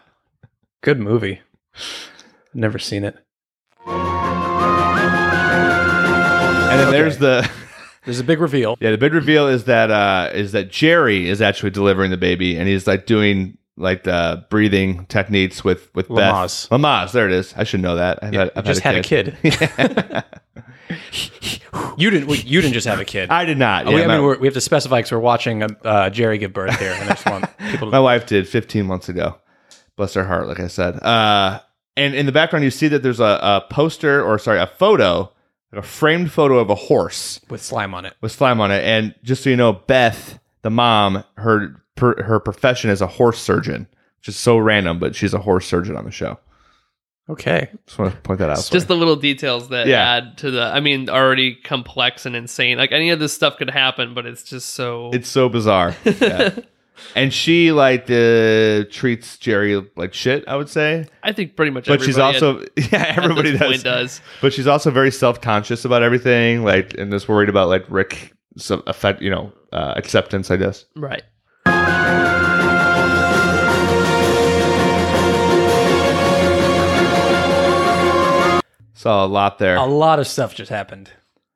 A: good movie. Never seen it.
B: And then there's the
A: There's a big reveal.
B: yeah the big reveal is that uh, is that Jerry is actually delivering the baby and he's like doing like the breathing techniques with with Beth.
A: Lamaze.
B: Lamaz. There it is. I should know that. I've had-
A: You
B: I've
A: just had a kid. you didn't. well, You didn't just have a kid.
B: I did not.
A: Oh,
B: Yeah,
A: we, I
B: my,
A: mean, we're, we have to specify because we're watching um, uh, Jerry give birth here, and I just want people.
B: my
A: To,
B: wife did 15 months ago. Bless her heart, like I said. Uh, and in the background, you see that there's a, a poster or sorry, a photo, a framed photo of a horse.
A: with slime on it.
B: with slime on it. And just so you know, Beth, the mom, her per, her profession is a horse surgeon, which is so random, but she's a horse surgeon on the show.
A: Okay.
B: Just want to point that out.
D: It's just the little details that
B: Yeah.
D: add to the. I mean, already complex and insane. Like any of this stuff could happen, but it's just so.
B: it's so bizarre. Yeah. and she like uh, treats Jerry like shit. I would say,
D: I think pretty much.
B: but she's
D: everybody at-
B: also yeah,
D: at
B: everybody
D: this
B: does.
D: point uh, does.
B: But she's also very self conscious about everything, like and is worried about like Rick. Some effect, you know, uh, acceptance, I guess.
D: Right.
B: Saw a lot there.
A: A lot of stuff just happened.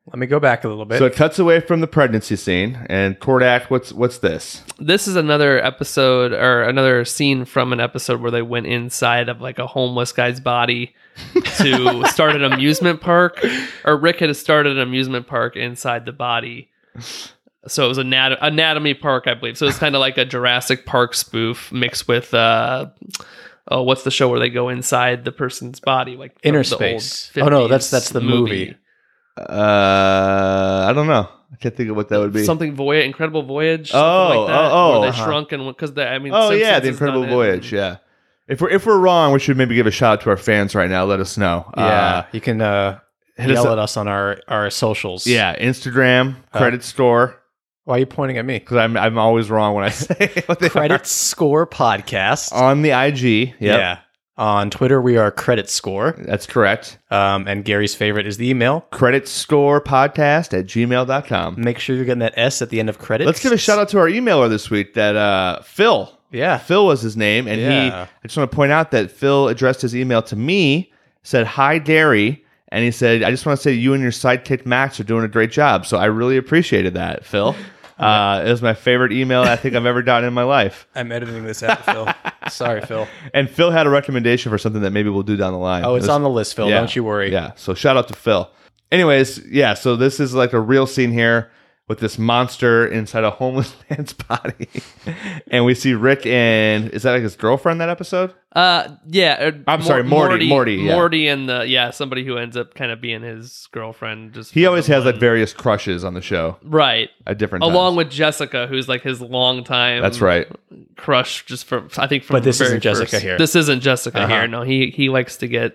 A: Let me go back a little bit.
B: so it cuts away from the pregnancy scene, and Kordak, what's what's this?
D: This is another episode or another scene from an episode where they went inside of like a homeless guy's body to start an amusement park, or Rick had started an amusement park inside the body. So it was anat- anatomy park, I believe. So it's kind of like a Jurassic Park spoof mixed with uh, oh, what's the show where they go inside the person's body, like the-
A: Inner
D: the old
A: Space. Oh, no, that's-
D: 50s
A: that's the movie.
B: Uh, I don't know. I can't think of what that would be.
D: Something voyage, Incredible Voyage.
B: Oh,
D: something like that,
B: oh, oh,
D: where they
B: uh-huh.
D: shrunk and because I mean,
B: oh
D: Simpsons
B: yeah, the
D: has done
B: Incredible
D: it.
B: Voyage. Yeah. If we're if we're wrong, we should maybe give a shout out to our fans right now. Let us know. Uh,
A: you can uh,
B: hit us
A: yell
B: up-
A: at us on our our socials.
B: yeah. Instagram
D: Uh,
B: credit store
A: Why are you pointing at me?
B: because I'm I'm always wrong when I say what they
A: Credit Score Podcast.
B: are. on the IG. Oh, Yep, yeah,
A: Yeah. On Twitter, we are Credit Score.
B: that's correct.
A: Um, and Gary's favorite is the email.
B: Credit store podcast at gmail.com.
A: Make sure you're getting that S at the end of credit.
B: Let's give a shout out to our emailer this week that uh, Phil
A: Yeah.
B: Phil was his name, and he.
A: Yeah.
B: I just want to point out that Phil addressed his email to me, said hi, Derry, and he said, "I just want to say you and your sidekick Max are doing a great job." So I really appreciated that, Phil. Uh, it was my favorite email I think I've ever gotten in my life.
A: I'm editing this out, Phil. Sorry, Phil.
B: And Phil had a recommendation for something that maybe we'll do down the line.
A: Oh, it's
B: It was-
A: on the list, Phil.
B: yeah.
A: Don't you worry.
B: Yeah. So shout out to Phil. Anyways, yeah. So this is like a real scene here with this monster inside a homeless man's body, and we see Rick and is that like his girlfriend that episode?
D: Uh, yeah. uh,
B: I'm sorry, Morty, Morty, yeah.
D: Morty, and the yeah, somebody who ends up kind of being his girlfriend. Just
B: He
D: for
B: always
D: the
B: has like
D: one-
B: various crushes on the show
D: right.
B: at different times.
D: Along with Jessica, who's like his longtime
B: that's right.
D: crush, just from I think from
A: But this
D: the very
A: isn't Jessica
D: first-
A: here.
D: This isn't Jessica
A: Uh-huh.
D: here. No, he he likes to get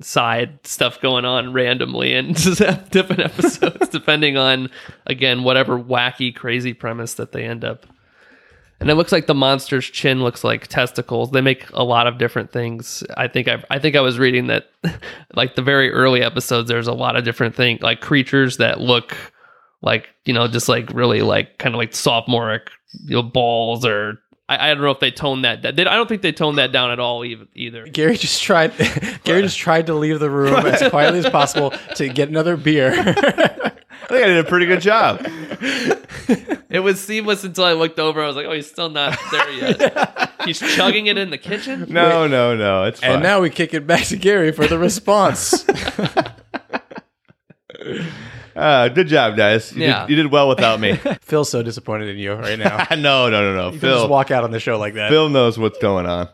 D: side stuff going on randomly and just have different episodes depending on again whatever wacky crazy premise that they end up. And it looks like the monster's chin looks like testicles. They make a lot of different things. I think I I think I was reading that like the very early episodes there's a lot of different things like creatures that look like you know just like really like kind of like sophomoric you know, balls or I, I don't know if they toned that. that- They, I don't think they toned that down at all even, either.
A: Gary just tried. Gary just tried to leave the room as quietly as possible to get another beer.
B: I think I did a pretty good job.
D: It was seamless until I looked over. I was like, oh, he's still not there yet. He's chugging it in the kitchen.
B: No, no, no. It's fine.
A: and now we kick it back to Gary for the response.
B: uh, good job, guys. You,
D: Yeah.
B: did, you did well without me.
A: Phil's so disappointed in you right now.
B: no, no, no, no.
A: You can just
B: Phil,
A: walk out on the show like that.
B: Phil knows what's going on.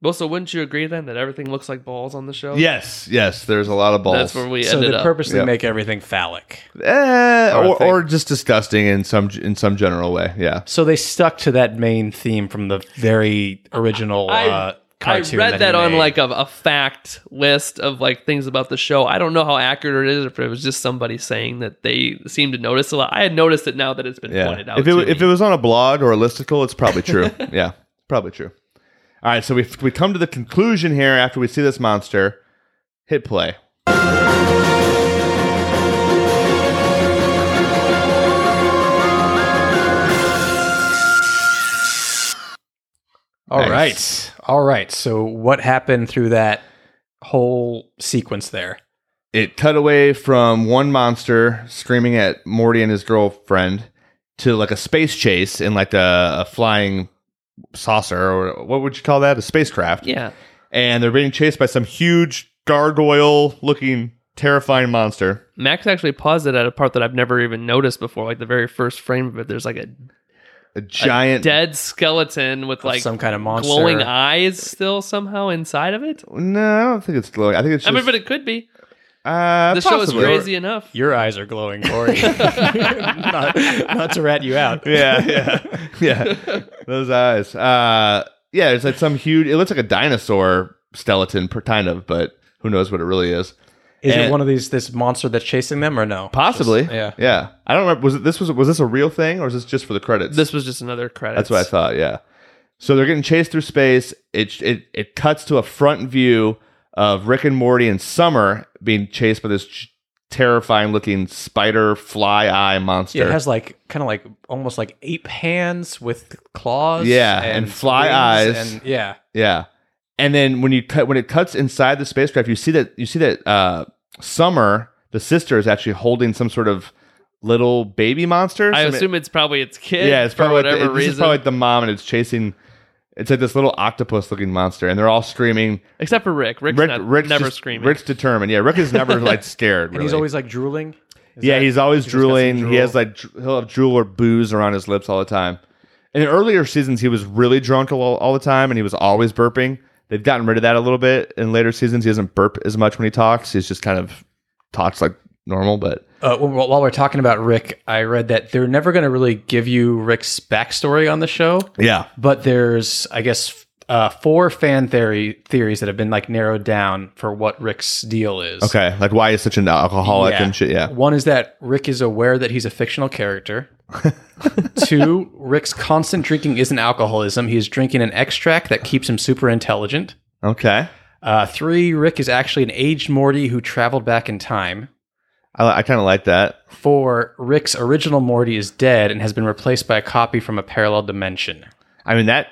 D: Well, so wouldn't you agree then that everything looks like balls on the show?
B: Yes, yes. There's a lot of balls.
D: that's where we
A: so
D: ended
A: they
D: up.
A: purposely
B: Yep.
A: make everything phallic.
B: Eh,
A: I
B: or,
A: think.
B: or just disgusting in some in some general way. Yeah.
A: So they stuck to that main theme from the very original
D: I-
A: uh,
D: I
A: cartoon.
D: read
A: he
D: that on
A: made.
D: like a, a fact list of like things about the show. I don't know how accurate it is, or if it was just somebody saying that they seem to notice a lot. I had noticed it now that it's been
B: Yeah.
D: pointed out.
B: If it
D: to
B: if
D: me.
B: it was on a blog or a listicle, it's probably true. yeah, probably true. All right, so we we come to the conclusion here after we see this monster. Hit play.
A: All right,
B: Nice.
A: all right. So what happened through that whole sequence there?
B: It cut away from one monster screaming at Morty and his girlfriend to like a space chase in like a, a flying saucer or what would you call that? A spacecraft.
D: yeah,
B: And they're being chased by some huge gargoyle looking terrifying monster.
D: Max actually paused it at a part that I've never even noticed before. Like the very first frame of it, there's like a
B: A giant
D: dead skeleton with like
A: some kind of monster.
D: glowing eyes still somehow inside of it.
B: No, I don't think it's glowing. I think it's
D: I
B: just
D: mean, but it could be.
B: uh,
D: The show is
B: possibly.
D: crazy enough.
A: Your eyes are glowing, Corey. not, not to rat you out.
B: yeah, yeah, yeah. Those eyes. Uh, yeah, it's like some huge. It looks like a dinosaur skeleton, per- kind of, but who knows what it really is?
A: Is
B: And-
A: it one of these this monster that's chasing them or no?
B: Possibly.
A: yeah.
B: yeah. I don't remember. Was it this was was this a real thing or was this just for the credits?
D: This was just another credit.
B: That's what I thought. Yeah. So they're getting chased through space. It it it cuts to a front view of Rick and Morty and Summer being chased by this. ch- Terrifying looking spider fly eye monster.
A: Yeah, it has like kind of like almost like ape hands with claws.
B: Yeah, and fly
A: wings
B: eyes.
A: And yeah,
B: Yeah. And then when you cut when it cuts inside the spacecraft, you see that you see that uh, Summer, the sister, is actually holding some sort of little baby monster.
D: I
B: Some-
D: assume it's probably its kid.
B: yeah, it's
D: for
B: probably like
D: whatever
B: the, This is
D: reason.
B: probably like the mom, and it's chasing. It's like this little octopus looking monster, and they're all screaming.
D: Except for Rick. Rick's,
B: Rick,
D: not,
B: Rick's
D: never
B: just-
D: screaming.
B: Rick's determined. Yeah, Rick is never like scared.
A: and he's
B: really.
A: always like drooling. Is
B: yeah,
A: that-
B: he's always
A: he's just got some
B: drooling. He
A: drool.
B: has like dr- he'll have drool or booze around his lips all the time. In the earlier seasons, he was really drunk all, all the time, and he was always burping. They've gotten rid of that a little bit. In later seasons, he doesn't burp as much when he talks. He's just kind of talks like normal, but
A: Uh, wh- wh- while we're talking about Rick, I read that they're never going to really give you Rick's backstory on the show,
B: yeah,
A: but there's, I guess, f- uh, four fan theory theories that have been like narrowed down for what Rick's deal is.
B: okay. Like why is such an alcoholic
A: Yeah.
B: and shit? Yeah,
A: One is that Rick is aware that he's a fictional character. Two, Rick's constant drinking isn't alcoholism. He is drinking an extract that keeps him super intelligent.
B: okay.
A: Uh, three, Rick is actually an aged Morty who traveled back in time.
B: I, I kind of like that.
A: Four, Rick's original Morty is dead and has been replaced by a copy from a parallel dimension.
B: I mean, that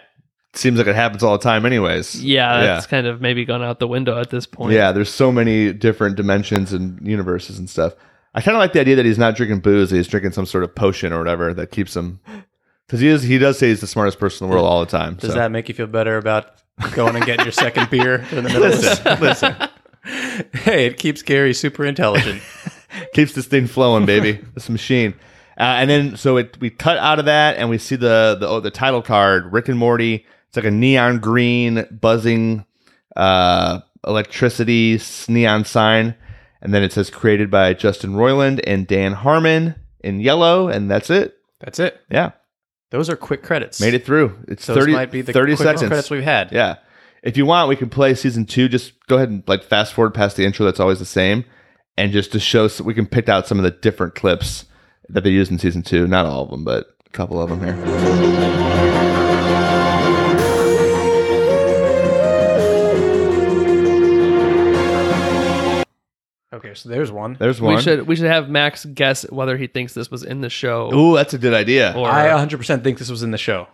B: seems like it happens all the time, anyways.
D: Yeah,
B: yeah.
D: that's kind of maybe gone out the window at this point.
B: Yeah, there's so many different dimensions and universes and stuff. I kind of like the idea that he's not drinking booze; that he's drinking some sort of potion or whatever that keeps him. Because he is, he does say he's the smartest person in the world all the time.
A: Does
B: so.
A: that make you feel better about going and getting your second beer in the middle of this?
B: listen, listen,
A: Hey, it keeps Gary super intelligent.
B: keeps this thing flowing, baby. this machine. Uh, and then so it we cut out of that and we see the the oh, the title card, Rick and Morty. It's like a neon green buzzing uh, electricity s- neon sign, and then it says created by Justin Roiland and Dan Harmon in yellow, and that's it.
A: That's it.
B: Yeah,
A: Those are quick credits.
B: made it through. It's
A: So
B: 30,
A: this might be the
B: 30
A: quickest
B: seconds.
A: credits we've had.
B: Yeah. If you want, we can play season two. Just go ahead and like fast forward past the intro that's always the same. And just to show, so we can pick out some of the different clips that they used in season two. Not all of them, but a couple of them here.
A: Okay, so there's one.
B: There's one.
D: We should we should have Max guess whether he thinks this was in the show
B: Ooh, that's a good idea.
D: or
A: I uh, 100% think this was in the show.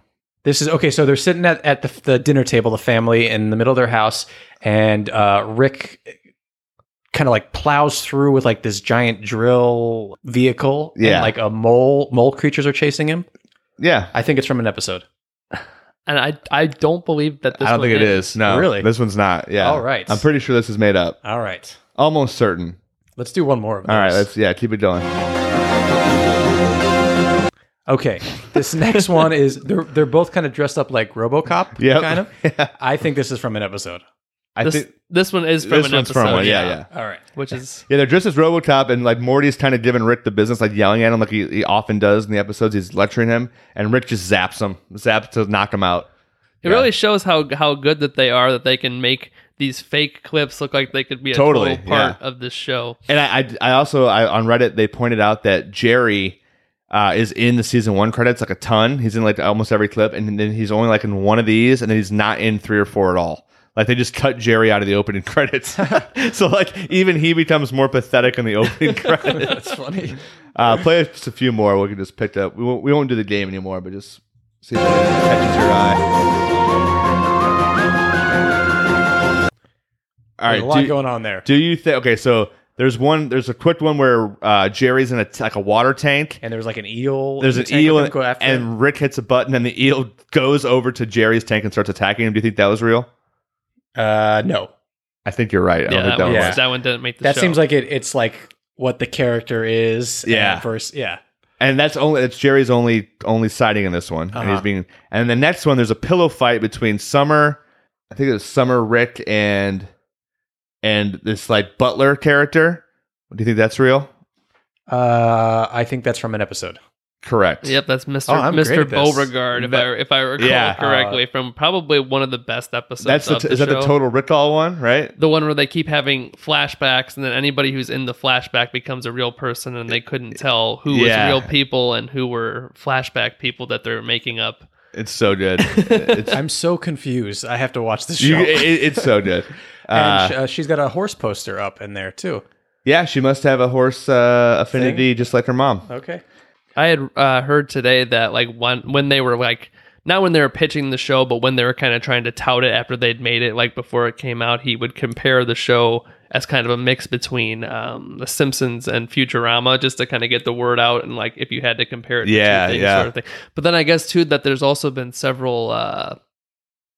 A: This is okay. So they're sitting at, at the, the dinner table, the family in the middle of their house, and uh, Rick kind of like plows through with like this giant drill vehicle. and,
B: Yeah.
A: like a mole, mole creatures are chasing him.
B: Yeah.
A: I think it's from an episode.
D: and I I don't believe that this
B: I don't
D: was
B: think it is. No.
A: Really?
B: This one's not. Yeah.
A: All right.
B: I'm pretty sure this is made up.
A: All right.
B: Almost certain.
A: Let's do one more of those.
B: All right. Let's, yeah, keep it going.
A: okay. This next one is they're, they're both kind of dressed up like Robocop.
B: Yep.
A: Kind of.
B: Yeah.
A: I think this is from an episode.
B: I
D: This,
B: think
D: this one is from
B: this
D: an
B: one's
D: episode.
B: from one. Yeah. Yeah.
A: All right.
D: Which is
B: Yeah, they're dressed as Robocop, and like Morty's kind of giving Rick the business, like yelling at him, like he, he often does in the episodes. He's lecturing him, and Rick just zaps him, zaps to knock him out.
D: it really shows how how good that they are that they can make these fake clips look like they could be a
B: Totally,
D: total part
B: yeah.
D: of this show.
B: And I, I, I also I, on Reddit they pointed out that Jerry uh, is in the season one credits like a ton. He's in like almost every clip, and then he's only like in one of these, and then he's not in three or four at all. Like they just cut Jerry out of the opening credits, so like even he becomes more pathetic in the opening credits.
A: That's funny.
B: Uh, play just a few more. We can just pick up. We won't, we won't do the game anymore, but just see if it catches your eye. All
A: All
B: right,
A: right. A lot
B: do,
A: going on there.
B: do you think? Okay, so there's one. There's a quick one where uh, Jerry's in a t- like a water tank.
A: and there's like an eel.
B: There's
A: in
B: an
A: the tank
B: eel,
A: with him
B: and,
A: go after him.
B: and Rick hits a button, and the eel goes over to Jerry's tank and starts attacking him. Do you think that was real?
A: Uh, no,
B: I think you're right. I
D: Yeah,
B: don't
D: that,
B: think that
D: one,
B: was.
A: was-
D: was- that one didn't make the
A: that
D: show.
A: seems like it. It's like what the character is. and
B: Yeah.
A: Versus, yeah.
B: And that's only that's Jerry's only only sighting in this one. And he's
A: Uh-huh.
B: being and the next one there's a pillow fight between Summer, I think it was Summer Rick and and this like butler character. Do you think that's real?
A: Uh, I think that's from an episode.
B: Correct.
D: Yep, that's Mr.
A: Oh, I'm great
D: Mr.
A: at this.
D: Beauregard, if
B: But-
D: I if I recall
B: Yeah.
D: correctly, from probably one of the best episodes.
B: That's the
D: of
B: t- is
D: the
B: that the
D: show.
B: total Rickall one, right?
D: the one where they keep having flashbacks and then anybody who's in the flashback becomes a real person and they couldn't tell who
B: Yeah.
D: was real people and who were flashback people that they're making up.
B: It's so good. it's
A: I'm so confused. I have to watch this show.
B: you, it, it's so good. Uh,
A: and sh- uh, she's got a horse poster up in there too.
B: yeah, she must have a horse uh, affinity just like her
D: Oh,
B: mom.
A: Okay.
D: I had uh, heard today that like when when they were like not when they were pitching the show, but when they were kind of trying to tout it after they'd made it, like before it came out, he would compare the show as kind of a mix between um, The Simpsons and Futurama, just to kind of get the word out and like if you had to compare it, to two
B: Yeah,
D: things
B: yeah.
D: sort of thing. But then I guess too that there's also been several. Uh,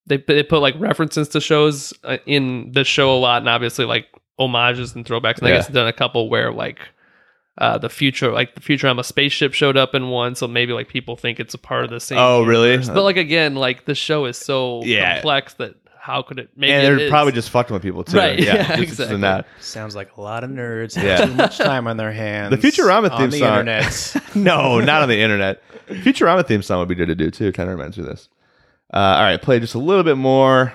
D: they they put like references to shows uh, in the show a lot, and obviously like homages and throwbacks. And I
B: Yeah.
D: guess done a couple where like uh, the future, like the Futurama spaceship showed up in one, so maybe like people think it's a part of the same.
B: Oh, really?
D: universe. But like again, like the show is so
B: Yeah.
D: complex that how could it? Maybe
B: and
D: it
B: they're
D: is.
B: probably just fucking with people too.
D: Right, yeah,
B: just- just
D: exactly.
B: in that.
A: Sounds like a lot of nerds have
B: Yeah.
A: too much time on their hands.
B: The Futurama
A: on
B: theme
A: the
B: song.
A: internet.
B: No, not on the internet. Futurama theme song would be good to do too. Kind of reminds me of this. Uh, all right, play just a little bit more.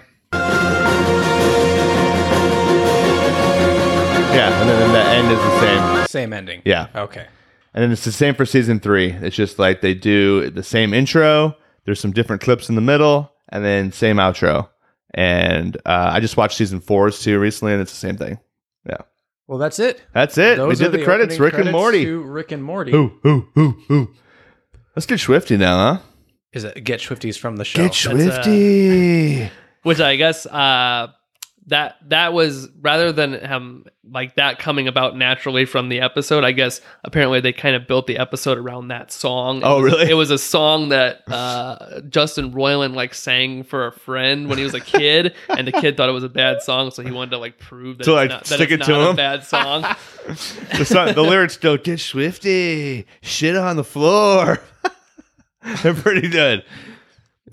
B: Yeah, and then the end is the same.
A: Same ending.
B: Yeah.
A: Okay.
B: And then it's the same for season three. It's just like they do the same intro. There's some different clips in the middle, and then same outro. And uh, I just watched season fours too recently, and it's the same thing. Yeah,
A: Well, that's it.
B: that's it.
A: Those
B: we
A: are
B: did the, credits.
A: opening
B: Rick
A: credits
B: and Morty.
A: To Rick and Morty.
B: Ooh, ooh, ooh, ooh. Let's get Swifty now, huh?
A: Is it Get Swifties from the show?
B: Get
D: that's, uh,
B: Swifty.
D: which I guess uh, that that was rather than um, like that coming about naturally from the episode. I guess apparently they kind of built the episode around that song. It
B: Oh,
D: was-
B: really?
D: It was a song that uh, Justin Roiland like sang for a friend when he was a kid, and the kid thought it was a bad song, so he wanted to like prove that
B: To,
D: it's
B: like,
D: not, that
B: stick
D: it's
B: it to
D: not a
B: him?
D: bad song.
B: the, song, the lyrics go get swifty shit on the floor they're pretty good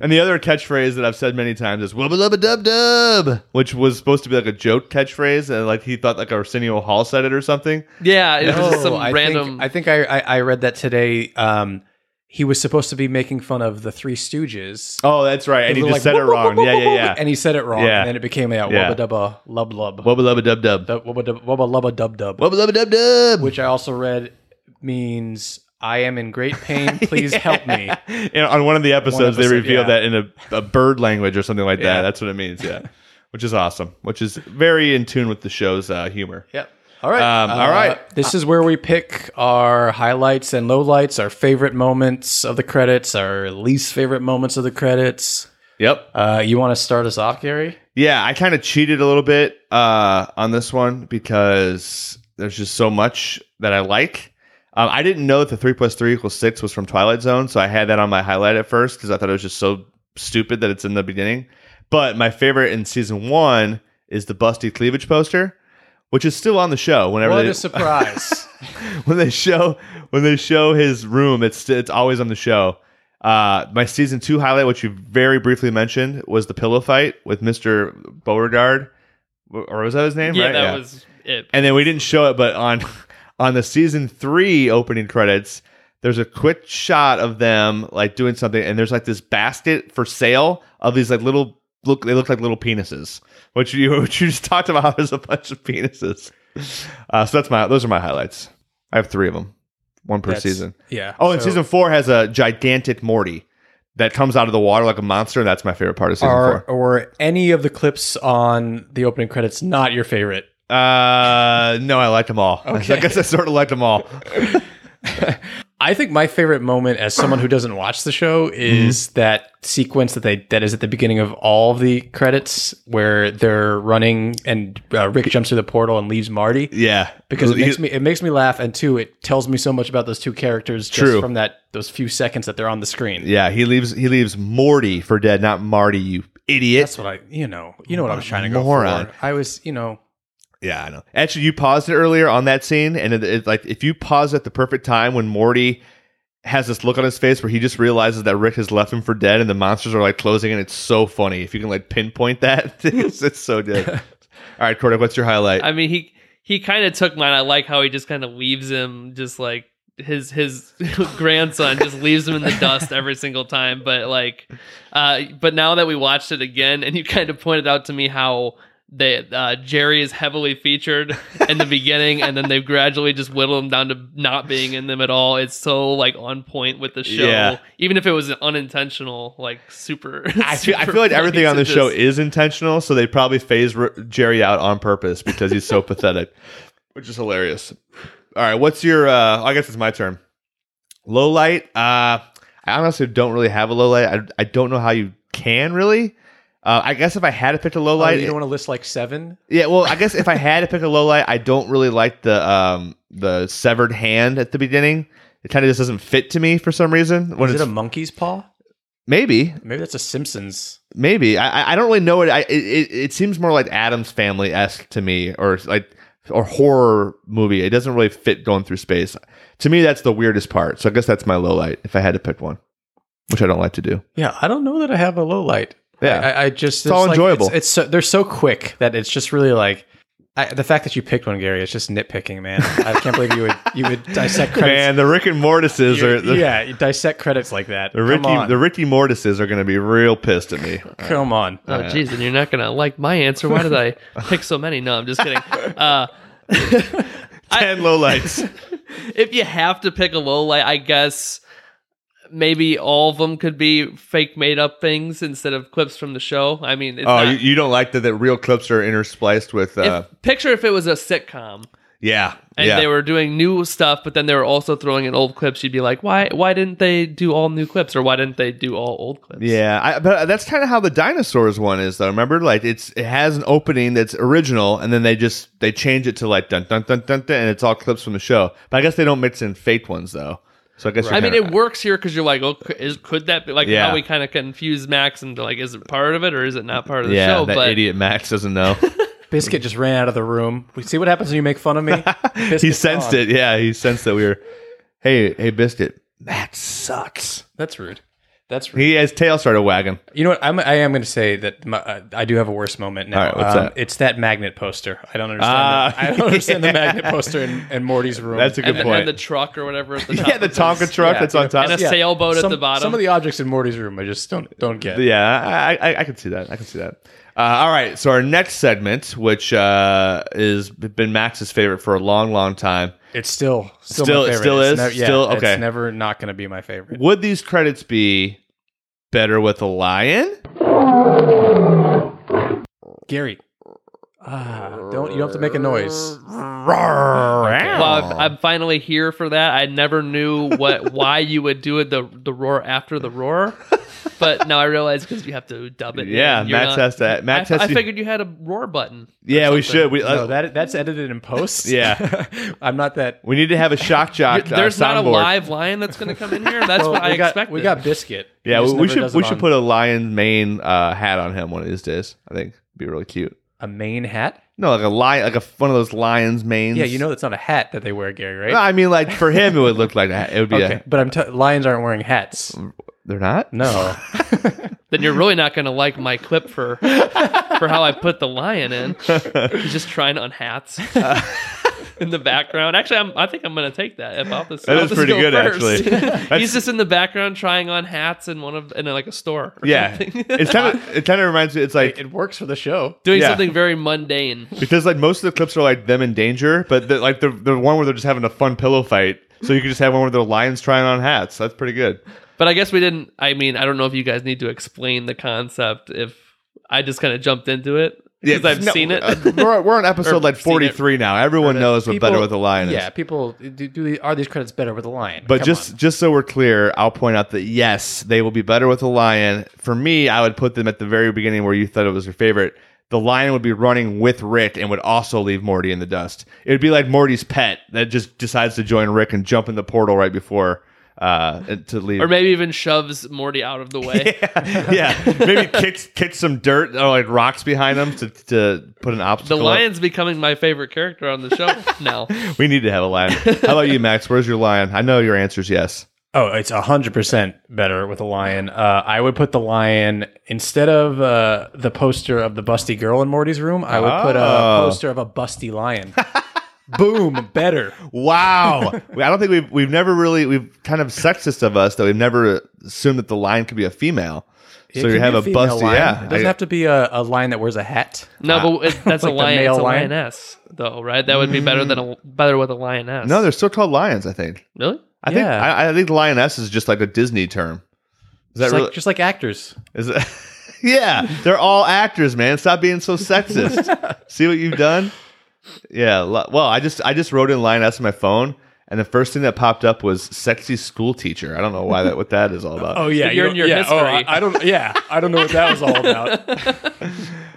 B: and the other catchphrase that i've said many times is wubba lubba dub dub which was supposed to be like a joke catchphrase and like he thought like arsenio hall said it or something
D: yeah, it was just some
A: Oh, I
D: random.
A: Think, I think I, I, I read that today. Um, he was supposed to be making fun of the Three Stooges.
B: oh that's right and
A: They
B: he
A: were
B: just
A: like,
B: said it
A: "Whoop, whoop,
B: wrong
A: whoop,
B: yeah
A: whoop, whoop,"
B: yeah yeah
A: And he said it wrong.
B: Yeah.
A: And then it became a
B: Yeah.
A: wubba dubba lub lub.
B: wubba lubba dub dub
A: Dub- Wubba dub- wubba lubba dub dub.
B: wubba lubba dub dub
A: Which I also read means I am in great pain. Please help me.
B: And on one of the episodes, they
A: episode,
B: reveal
A: yeah.
B: that in a, a bird language or something like that.
A: Yeah.
B: That's what it means. Yeah. Which is awesome, which is very in tune with the show's uh, humor.
A: Yep. All right. Uh,
B: Um, all right.
A: This is where we pick our highlights and lowlights, our favorite moments of the credits, our least favorite moments of the credits.
B: Yep.
A: Uh, you want to start us off, Gary?
B: Yeah, I kind of cheated a little bit uh, on this one because there's just so much that I like. Um, I didn't know that the three plus three equals six was from Twilight Zone, so I had that on my highlight at first because I thought it was just so stupid that it's in the beginning. But my favorite in season one is the busty cleavage poster, which is still on the show. Whenever
A: What
B: they,
A: a surprise!
B: when they show when they show his room, it's it's always on the show. Uh, my season two highlight, which you very briefly mentioned, was the pillow fight with Mister Beauregard, or was that his name?
D: yeah,
B: right?
D: that was it.
B: And then we didn't show it, but on on the season three opening credits, there's a quick shot of them like doing something, and there's like this basket for sale of these like little look. They look like little penises, which you which you just talked about. How there's a bunch of penises. Uh, so that's my those are my highlights. I have three of them, one per
A: That's-
B: season.
A: Yeah.
B: Oh, and
A: so
B: season four has a gigantic Morty that comes out of the water like a monster. And that's my favorite part of season
A: Are,
B: four.
A: or any of the clips on the opening credits not your favorite?
B: Uh, no, I liked them all. I
A: Okay.
B: guess I sort of liked them all.
A: I think my favorite moment as someone who doesn't watch the show
B: Mm-hmm.
A: is that sequence that they that is at the beginning of all of the credits where they're running and uh, Rick jumps through the portal and leaves Marty.
B: Yeah,
A: because it
B: He-
A: makes me it makes me laugh and two it tells me so much about those two characters
B: True.
A: just from that those few seconds that they're on the screen
B: Yeah, he leaves. He leaves Morty for dead, not Marty. You idiot.
A: that's what i you know you know what i was trying to go
B: Moron.
A: for i was you know
B: yeah, I know. Actually, you paused it earlier on that scene, and it, it, like if you pause at the perfect time when Morty has this look on his face where he just realizes that Rick has left him for dead, and the monsters are like closing, and it's so funny if you can like pinpoint that. it's, it's so good. All right, Cordic, what's your highlight?
D: I mean, he he kind of took mine. I like how he just kind of leaves him, just like his his grandson just leaves him in the dust every single time. But like, uh, but now that we watched it again, and you kind of pointed out to me how. They, uh, Jerry is heavily featured in the beginning, and then they've gradually just whittled him down to not being in them at all. It's so like on point with the show,
B: Yeah.
D: even if it was unintentional, like super.
B: I feel, I feel like everything on the show is intentional, so they probably phase R- Jerry out on purpose because he's so pathetic, which is hilarious. All right, what's your? Uh, I guess it's my turn. Low light. Uh, I honestly don't really have a low light. I, I don't know how you can really. Uh, I guess if I had to pick a low
A: oh,
B: light,
A: you don't want to list like seven
B: yeah. Well, I guess if I had to pick a low light, I don't really like the um the severed hand at the beginning. It kind of just doesn't fit to me for some reason. When
A: is it
B: it's
A: a monkey's paw
B: maybe
A: maybe that's a simpsons
B: Maybe I I- I don't really know it. I it, it, it seems more like Adam's Family esque to me, or like or horror movie. It doesn't really fit going through space. To me, that's the weirdest part. So I guess that's my low light if I had to pick one, which I don't like to do.
A: yeah i don't know that i have a low light
B: Yeah.
A: I, I just
B: It's all
A: like-
B: enjoyable.
A: It's, it's so, they're so quick that it's just really like I, the fact that you picked one, Gary. It's just nitpicking, man. I can't believe you would you would dissect credits.
B: Man, the Rick and Mortises
A: You're-
B: are the,
A: yeah, you dissect credits like that.
B: the Ricky
A: come on,
B: the Ricky Mortises are going to be real pissed at me.
A: come on.
D: Oh,
B: Uh,
D: jeez, and you're not gonna like my answer. Why did I pick so many? No, I'm just kidding. Uh,
B: Ten lowlights.
D: if you have to pick a low light, I guess maybe all of them could be fake made up things instead of clips from the show. I mean, it's
B: Oh,
D: not,
B: you, you don't like that that real clips are interspliced with
D: if,
B: uh,
D: picture if it was a sitcom
B: yeah,
D: and
B: yeah.
D: they were doing new stuff, but then they were also throwing in old clips. You'd be like, why? Why didn't they do all new clips, or why didn't they do all old clips?
B: Yeah, I, but that's kind of how the dinosaurs one is, though. Remember, like it's it has an opening that's original, and then they just they change it to like dun dun dun dun, dun and it's all clips from the show. But I guess they don't mix in fake ones though. So I guess
D: I
B: you're
D: mean,
B: kinda-
D: it works here because you're like, oh, c- is, could that be like
B: Yeah.
D: how we kind of confuse Max and like, is it part of it or is it not part of the
B: yeah,
D: show?
B: that
D: But
B: idiot Max doesn't know.
A: Biscuit just ran out of the room. We see what happens when you make fun of me.
B: he
A: Biscuit's
B: sensed
A: gone.
B: it. Yeah, he sensed that we were. Hey, hey, biscuit. Max sucks.
A: That's rude. That's rude.
B: He his tail started wagging.
A: You know what? I'm, I am going to say that my, uh, I do have a worse moment now. Um,
B: All right, what's that?
A: It's that magnet poster. I don't understand.
B: Ah,
A: the, I don't understand
B: yeah.
A: the magnet poster in, in Morty's room.
B: That's a good
D: and, the-
B: point.
D: and the truck or whatever at the top.
B: yeah, the
D: of those-
B: Tonka truck that's on top.
D: And a sailboat at
A: Some-
D: the bottom.
A: Some of the objects in Morty's room, I just don't don't get.
B: Yeah, I, I, I can see that. I can see that. Uh, all right. So our next segment, which uh, is been Max's favorite for a long, long time.
A: It's still still,
B: Still-
A: my
B: it
A: favorite.
B: still
A: It's
B: is?
A: nev- yeah,
B: Still- okay.
A: It's never not going to be my favorite.
B: Would these credits be better with a lion?
A: Gary, ah, don't you don't have to make a noise.
B: Uh,
D: Well, I've- I'm finally here for that. I never knew what why you would do it the the roar after the roar, but now I realize because you have to dub it.
B: Yeah,
D: in. You're
B: Max
D: not-
B: has to.
D: I,
B: Max
D: I
B: has to.
D: figured you had a roar button.
B: yeah, we should. We uh,
A: no, that that's edited in post.
B: Yeah.
A: I'm not that.
B: we need to have a shock jock. uh,
D: There's not a
B: soundboard.
D: live lion that's going to come in here. That's
A: Well,
D: what
A: we
D: I
A: got,
D: expected.
A: We got biscuit. He
B: Yeah, we,
A: just
B: we
A: never
B: should.
A: does
B: We
A: it
B: should
A: on
B: put a lion mane uh, hat on him one of these days. I think be really cute.
A: a main hat.
B: No, like a lion, like a one of those lions' manes.
A: Yeah, you know that's not a hat that they wear, Gary, right?
B: No, I mean, like for him, it would look like that. It would be.
A: okay,
B: A,
A: but I'm t- lions aren't wearing hats.
B: they're not.
A: No,
D: then you're really not going to like my clip for for how I put the lion in. He's just trying on hats in the background. Actually, I'm, I think I'm going to take that. If I'll just,
B: That
D: I'll
B: is
D: just
B: pretty
D: go
B: good,
D: first.
B: actually. That's-
D: He's just in the background trying on hats in one of in like a store. or
B: Yeah,
D: something.
B: it's kind of it kind of reminds me. It's like
A: it works for the show.
D: doing
B: yeah.
D: something very mundane.
B: because like most of the clips are like them in danger, but the, like the the one where they're just having a fun pillow fight. So you could just have one where the lions trying on hats. That's pretty good.
D: But I guess we didn't. I mean, I don't know if you guys need to explain the concept. If I just kind of jumped into it because I've
B: no,
D: seen it.
B: uh, we're, we're on episode
D: Or
B: like
D: seen it. Uh,
B: forty three now. Everyone knows what
A: People-
B: better with a lion is.
A: Yeah, people do, do. Are these credits better with a lion?
B: But
A: Come
B: just
A: on.
B: just so we're clear, I'll point out that yes, they will be better with a lion. For me, I would put them at the very beginning where you thought it was your favorite. The lion would be running with Rick and would also leave Morty in the dust. It would be like Morty's pet that just decides to join Rick and jump in the portal right before uh, it- to leave.
D: or maybe even shoves Morty out of the way.
B: yeah, maybe kicks kicks some dirt or like rocks behind him to, to put an
D: The
B: obstacle. up.
D: lion's becoming my favorite character on the show now.
B: We need to have a lion. How about you, Max? Where's your lion? I know your answer's yes.
A: oh, it's hundred percent better with a lion. Uh, I would put the lion instead of uh, the poster of the busty girl in Morty's room. I would put a
B: Oh.
A: poster of a busty lion. Boom, better.
B: Wow. We- I don't think we've we've never really we've kind of sexist of us that we've never assumed that the lion could be a female.
A: It
B: so
A: can
B: you have
A: be
B: a
A: female
B: busty,
A: lion.
B: yeah.
A: It doesn't
B: I-
A: have to be a, a lion that wears a hat.
D: No, but it, that's
A: Like
D: a
A: the
D: lion.
A: male
D: It's a
A: lion?
D: lioness, though, right? That would be better than a better with a lioness.
B: Mm. no, they're still called lions. I think.
D: really.
B: I
A: Yeah.
B: think I, I think lioness is just like a Disney term. Is that
A: Just,
B: really?
A: like, just like actors.
B: is it, yeah, they're all actors, man. Stop being so sexist. See what you've done. Yeah. li- Well, I just I just wrote in lioness on my phone, and the first thing that popped up was sexy school teacher. I don't know why that what that is all about.
A: Oh yeah,
D: You're in
A: don't-
D: your
A: yeah,
D: history.
A: Oh, I, I don't. Yeah, I don't know what that was all about.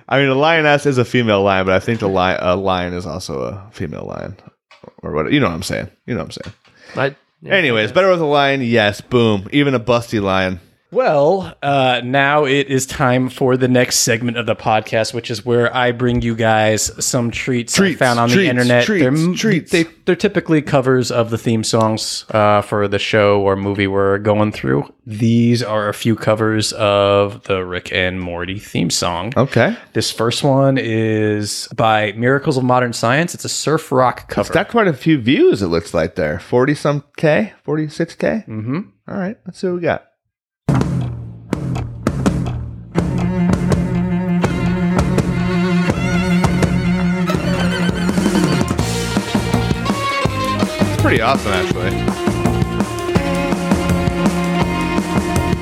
B: I mean, a lioness is a female lion, but I think the li- a lion is also a female lion, or what? You know what I'm saying? You know what I'm saying?
D: I, yeah.
B: Anyways, better with a lion, yes. Boom. Even a busty lion,
A: Well, uh, now it is time for the next segment of the podcast, which is where I bring you guys some treats, I
B: Treats,
A: found on the
B: treats,
A: internet.
B: treats,
A: they're,
B: treats.
A: They, they're typically covers of the theme songs uh, for the show or movie we're going through. These are a few covers of the Rick and Morty theme song.
B: Okay.
A: This first one is by Miracles of Modern Science. It's a surf rock cover.
B: It's got quite a few views, it looks like there. 40 some K, 46K. Mm-hmm. All right. Let's see what we got. It's pretty awesome, actually.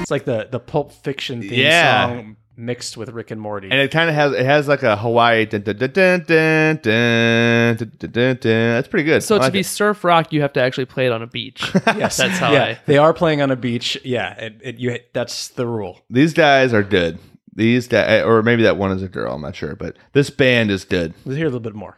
A: It's like the, the Pulp Fiction theme
B: Yeah.
A: song mixed with Rick and Morty.
B: And it kind of has it has like a Hawaii. Dun, dun, dun, dun, dun, dun, dun, dun, dun, dun. That's pretty good.
D: So
B: I
D: to
B: like
D: be
B: it.
D: surf rock, you have to actually play it on a beach. yes, that's how
A: yeah,
D: I.
A: they are playing on a beach. Yeah, it, it, you that's the rule.
B: these guys are good. These guys, or maybe that one is a girl. I'm not sure, but this band is good.
A: Let's hear a little bit more.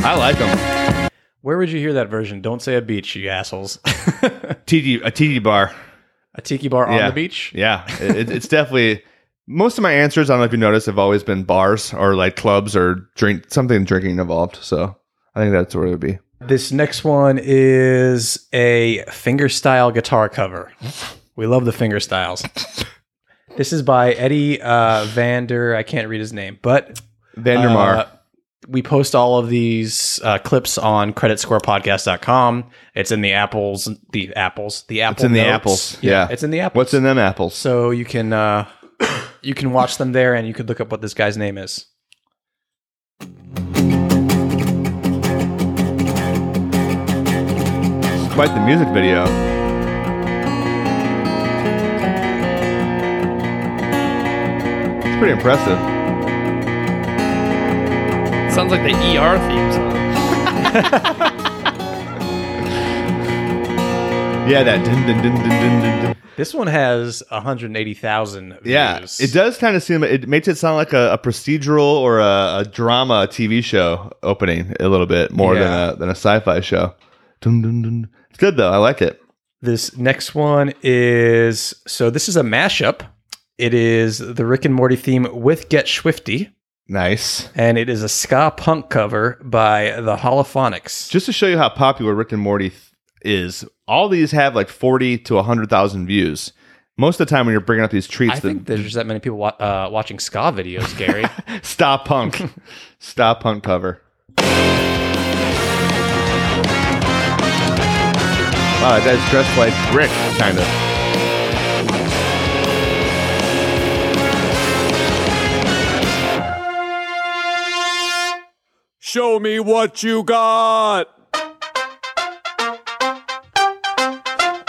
B: I like them.
A: Where would you hear that version? Don't say a beach, you assholes. a
B: TD, a TD bar.
A: tiki bar
B: Yeah.
A: on the beach.
B: Yeah, it, it- it's definitely. Most of my answers, I don't know if you noticed, have always been bars or like clubs or drink something drinking involved. So I think that's where it would be.
A: This next one is a fingerstyle guitar cover. We love the fingerstyles. this is by Eddie uh, Vander. I can't read his name, but
B: Vandermar.
A: Uh, we post all of these uh, clips on creditscorepodcast.com. It's in the apples, the apples, the apples.
B: in the apples, yeah.
A: It's in the apples.
B: What's in them apples?
A: So you can uh, you can watch them there, and you could look up what this guy's name is.
B: It's quite the music video. It's pretty impressive.
D: Sounds like the ER theme song.
B: Yeah, that. Dun, dun, dun, dun, dun, dun, dun.
A: This one has 180,000
B: Yeah,
A: views.
B: it does kind of seem. It makes it sound like a, a procedural or a, a drama TV show opening a little bit more
A: Yeah.
B: than a than a sci-fi show. Dun, dun, dun. It's good though. I like it.
A: This next one is so this is a mashup. It is the Rick and Morty theme with Get Swifty,
B: Nice.
A: and it is a ska punk cover by the Holophonics.
B: Just to show you how popular Rick and Morty th- is, all these have like forty to hundred thousand views. Most of the time, when you're bringing up these
A: I
B: treats, the-
A: think there's just that many people wa- uh, watching ska videos, Gary.
B: Stop Punk. Stop Punk cover. Wow, that guy's dressed like Rick, kind of.
E: Show me what you got.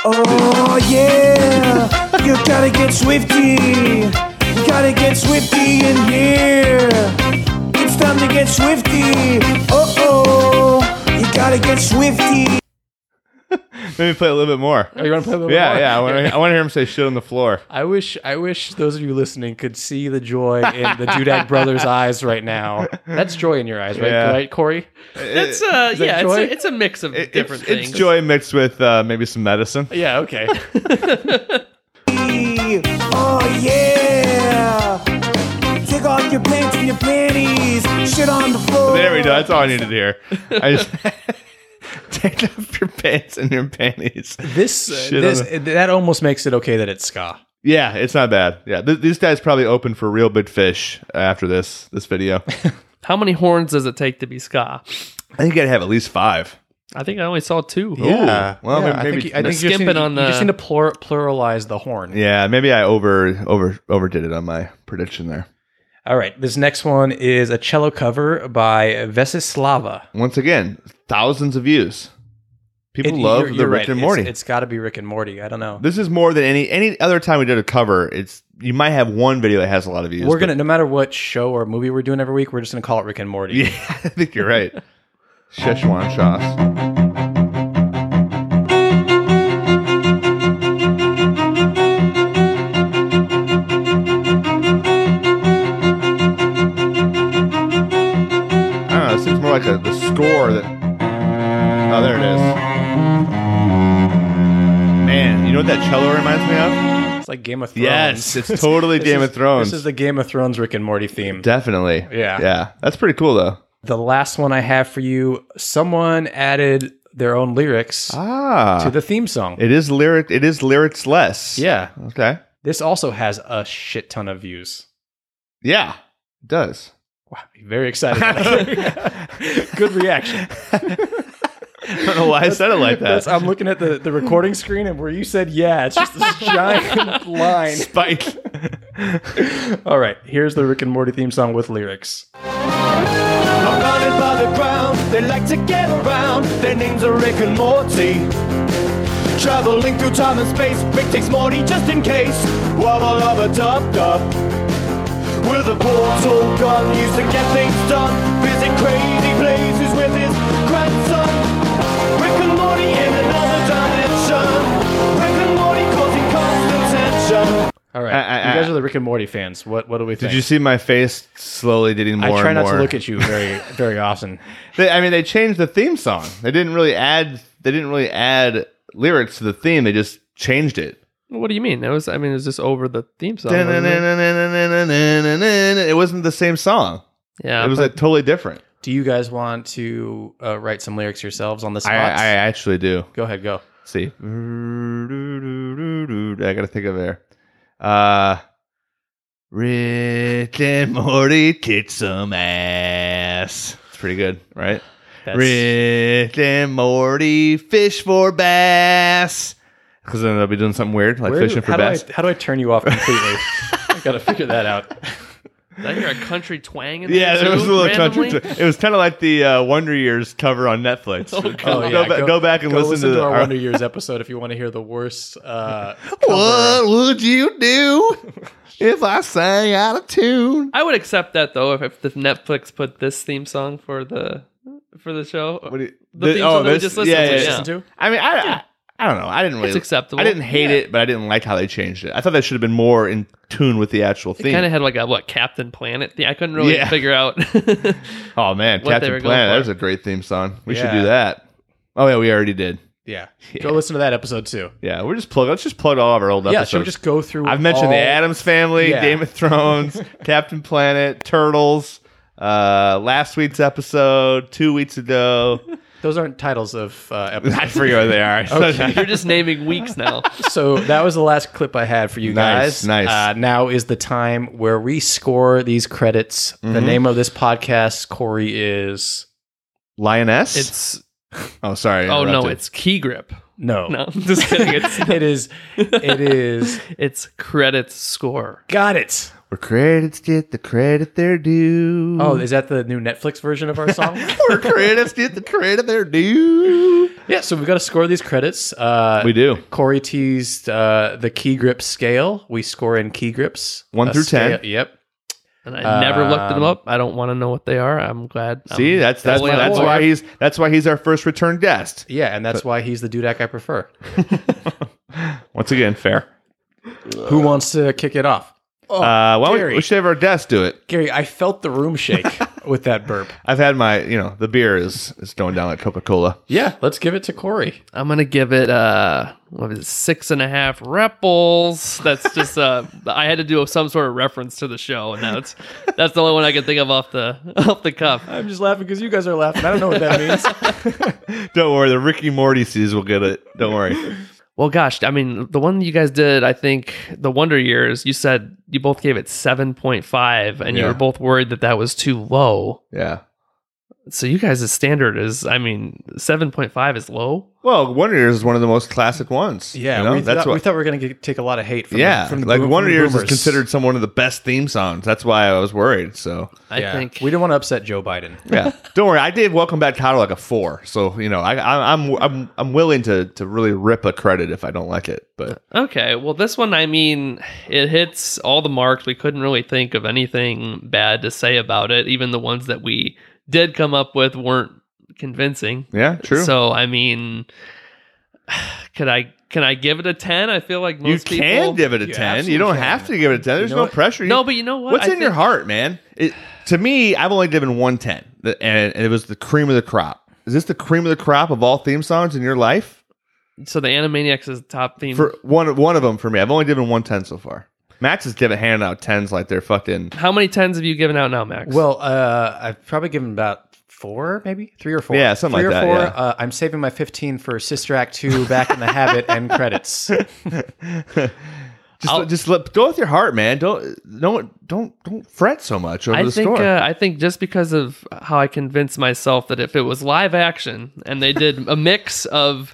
E: Oh yeah, you gotta get swifty. You gotta get swifty in here. It's time to get swifty. Uh oh, you gotta get swifty.
B: Let me play a little bit more.
A: oh, you want to play a little bit
B: Yeah,
A: more?
B: yeah. I want, to, I want to hear him say shit on the floor.
A: I wish, I wish those of you listening could see the joy in the Dudag brothers' eyes right now. That's joy in your eyes, right?
B: Yeah.
A: Right, Corey?
D: It's uh,
A: that
D: yeah, it's
A: joy?
D: a, it's a mix of
B: It-
D: different
B: it's,
D: things.
B: it's joy mixed with uh, maybe some medicine.
A: Yeah. Okay.
E: Oh yeah, take off your pants and your panties. Shit on the floor.
B: There we go. That's all I needed to hear. I just take off your pants and your panties.
A: This, uh,
B: Shit on
A: this
B: the-
A: that almost makes it okay that it's ska.
B: Yeah, it's not bad. Yeah, th- these guys probably open for real big fish after this this video.
D: How many horns does it take to be ska?
B: I think I'd have at least five.
D: I think I only saw two.
B: Yeah. Well,
A: Yeah,
B: maybe.
A: I think, I think you, just
D: Skimping
A: need,
D: on
A: you just
D: the-
A: need to plur- pluralize the horn.
B: yeah, maybe I over over overdid it on my prediction there.
A: All right, this next one is a cello cover by Vesislava.
B: Once again, thousands of views. People
A: It-
B: love
A: you're-
B: the
A: you're
B: Rick
A: right.
B: and
A: It's-
B: Morty.
A: it's got to be Rick and Morty. I don't know.
B: this is more than any any other time we did a cover. It's you might have one video that has a lot of views.
A: we're
B: but-
A: gonna, no matter what show or movie we're doing every week, we're just gonna call it Rick and Morty.
B: Yeah, I think you're right. Szechuan sauce. I don't know. It seems more like a, the score that. Oh, there it is. Man, you know what that cello reminds me of?
A: It's like Game of Thrones.
B: Yes, it's totally
A: This
B: Game
A: is-
B: of Thrones.
A: This is the Game of Thrones Rick and Morty theme.
B: Definitely.
A: Yeah.
B: Yeah. That's pretty cool, though.
A: The last one I have for you someone added their own lyrics
B: Ah.
A: to the theme song.
B: it is lyric. It is lyrics less.
A: yeah.
B: Okay.
A: This also has a shit ton of views.
B: Yeah. It does.
A: Wow, very excited. Good reaction.
B: I don't know why I said it like
A: That's-
B: that.
A: I'm looking at the, the recording screen, and where you said yeah, it's just this giant line.
B: Spike.
A: All right, here's the Rick and Morty theme song with lyrics.
E: I'm running by the ground. They like to get around. Their names are Rick and Morty. Traveling through time and space. Rick takes Morty just in case. Wubba lubba dub dub. With a portal gun, used to get things done. Visit crazy places with his grandson. Rick and Morty in another dimension. Rick and Morty causing constant tension.
A: All right,
B: I- I-
A: you guys
B: I-
A: are the Rick and Morty fans. What what do we think?
B: Did you see my face slowly getting more
A: I try
B: and
A: not
B: more?
A: to look at you very very often.
B: They, I mean, they changed the theme song. They didn't really add. They didn't really add lyrics to the theme. They just changed it.
D: What do you mean? That was I mean, it was just over the theme song. wasn't it?
B: It wasn't the same song.
D: Yeah,
B: It was like
D: but-
B: totally different.
A: Do you guys want to uh, write some lyrics yourselves on the spot?
B: I, I actually do.
A: go ahead, go.
B: see. I gotta think of there. Uh Rick and Morty kick some ass. It's pretty good, right?
A: That's-
B: Rick and Morty fish for bass. Because then they'll be doing something weird, like
A: Where do-
B: fishing for
A: how do I-
B: bass.
A: how do I turn you off completely? I gotta figure that out.
D: Did I hear a country twang in there.
B: Yeah, there was a
D: too,
B: little
D: randomly?
B: country. It was kind of like the uh, Wonder Years cover on Netflix.
A: Oh,
B: go,
A: yeah.
B: ba- go back and
A: go
B: listen, to, the
A: our
B: our-
A: Wonder Years episode if you want to hear the worst. Uh,
B: What would you do if I sang out of tune?
D: I would accept that though if, if the Netflix put this theme song for the for the show.
B: What do you- oh,
D: the theme song that we
B: this-
D: just listened to,
A: cover.
D: yeah.
A: Listen to.
B: I mean, I, I, I don't know. I didn't really.
D: acceptable.
B: I didn't hate it, but I didn't like how they changed it. I thought that should have been more in tune with the actual
D: it
B: theme.
D: kind of had like a what Captain Planet. thing. I couldn't really
B: Yeah.
D: figure out.
B: oh man, Captain
D: what they were
B: Planet.
D: going for.
B: There's a great theme song. We should
A: Yeah.
B: do that. Oh yeah, we already did.
A: Yeah. Go listen to that episode too.
B: Yeah, we're just plug. Let's just plug all of our old
A: Yeah,
B: episodes.
A: should we just go through?
B: I've mentioned the
A: all-
B: Adams Family,
A: Yeah.
B: Game of Thrones, Captain Planet, Turtles. Uh, last week's episode, two weeks ago.
A: Those aren't titles of uh,
B: I
A: episodes.
B: forget where they are.
D: You're just naming weeks now.
A: so that was the last clip I had for you
B: Nice,
A: guys.
B: nice.
A: Uh, now is the time where we score these credits.
B: Mm-hmm.
A: The name of this podcast, Corey, is
B: Lioness.
D: It's
B: oh, sorry. I
D: oh no,
B: interrupted.
D: it's Key Grip.
A: no.
D: No, I'm just kidding. It's
A: it is. It is.
D: it's credits score.
A: Got it.
B: Where credits get the credit they're due.
A: Oh, is that the new Netflix version of our song?
B: where credits get the credit they're due.
A: yeah. So we've got to score these credits. Uh,
B: We do.
A: Corey teased uh, the key grip scale. We score in key grips
B: One
A: A
B: through 10.
A: scale- Yep.
D: And I never looked them
A: Um,
D: up. I don't want to know what they are. I'm glad.
B: See,
D: I'm
B: that's that's
D: fully on
B: that's
D: board.
B: why he's that's why he's our first return guest.
A: Yeah, and that's why he's the Dudak I prefer.
B: Once again, fair.
A: Who wants to kick it off? Oh,
B: uh, why don't we,
A: Gary.
B: we should have our guest do it.
A: Gary, I felt the room shake with that burp.
B: I've had my, you know, the beer is is going down like Coca Cola.
A: Yeah, let's give it to Corey.
D: I'm gonna give it uh what is it, six and a half repels. That's just uh I had to do some sort of reference to the show, and that's that's the only one I can think of off the off the cuff.
A: I'm just laughing because you guys are laughing. I don't know what that means.
B: Don't worry, the Ricky Morty sees will get it. Don't worry.
D: Well, gosh, I mean the one you guys did, I think the Wonder Years. You said you both gave it seven point five, and you
B: Yeah.
D: were both worried that that was too low.
B: Yeah.
D: So you guys' standard is, I mean, seven point five is low.
B: Well, Wonder Years is one of the most classic ones.
A: Yeah,
B: you know?
A: we,
B: that's
A: thought,
B: what
A: we thought we were going to take a lot of hate from
B: yeah,
A: the, from the
B: like
A: boom- from
B: Wonder
A: the
B: Years is
A: boomers.
B: considered some one of the best theme songs. That's why I was worried. So
D: I
A: Yeah.
D: think
A: we don't want to upset Joe Biden.
B: yeah, don't worry. I did Welcome Back Cotter like a four. So you know, I, I, I'm I'm I'm willing to to really rip a credit if I don't like it. But
D: Okay, well, this one, I mean, it hits all the marks. We couldn't really think of anything bad to say about it. Even the ones that we did come up with weren't convincing.
B: yeah, true.
D: So, I mean, could I can I give it a ten? I feel like
B: you
D: most people
B: can give it a
A: You
B: ten. You
A: absolutely
B: don't
A: can.
B: have to give it a ten. There's
A: know
B: no
A: what?
B: pressure. You-
D: No, but you know what?
B: What's
D: I
B: in your
D: think-
B: heart, man? It, to me, I've only given one ten, the- and and it was the cream of the crop. Is this the cream of the crop of all theme songs in your life?
D: So the Animaniacs is the top theme.
B: For one, one of them for me, I've only given one ten so far. Max is giving handing out tens like they're fucking.
D: How many tens have you given out now, Max?
A: Well, uh, I've probably given about four, maybe three or four.
B: Yeah, something
A: three
B: like
A: or
B: that,
A: Four.
B: yeah.
A: Uh, I'm saving my 15 for Sister Act Two, Back in the Habit, and credits.
B: Just,
D: I'll-
B: just let, go with your heart, man. Don't, don't, don't, don't fret so much over
D: I
B: the
D: think
B: score.
D: uh, I think just because of how I convinced myself that if it was live action and they did a mix of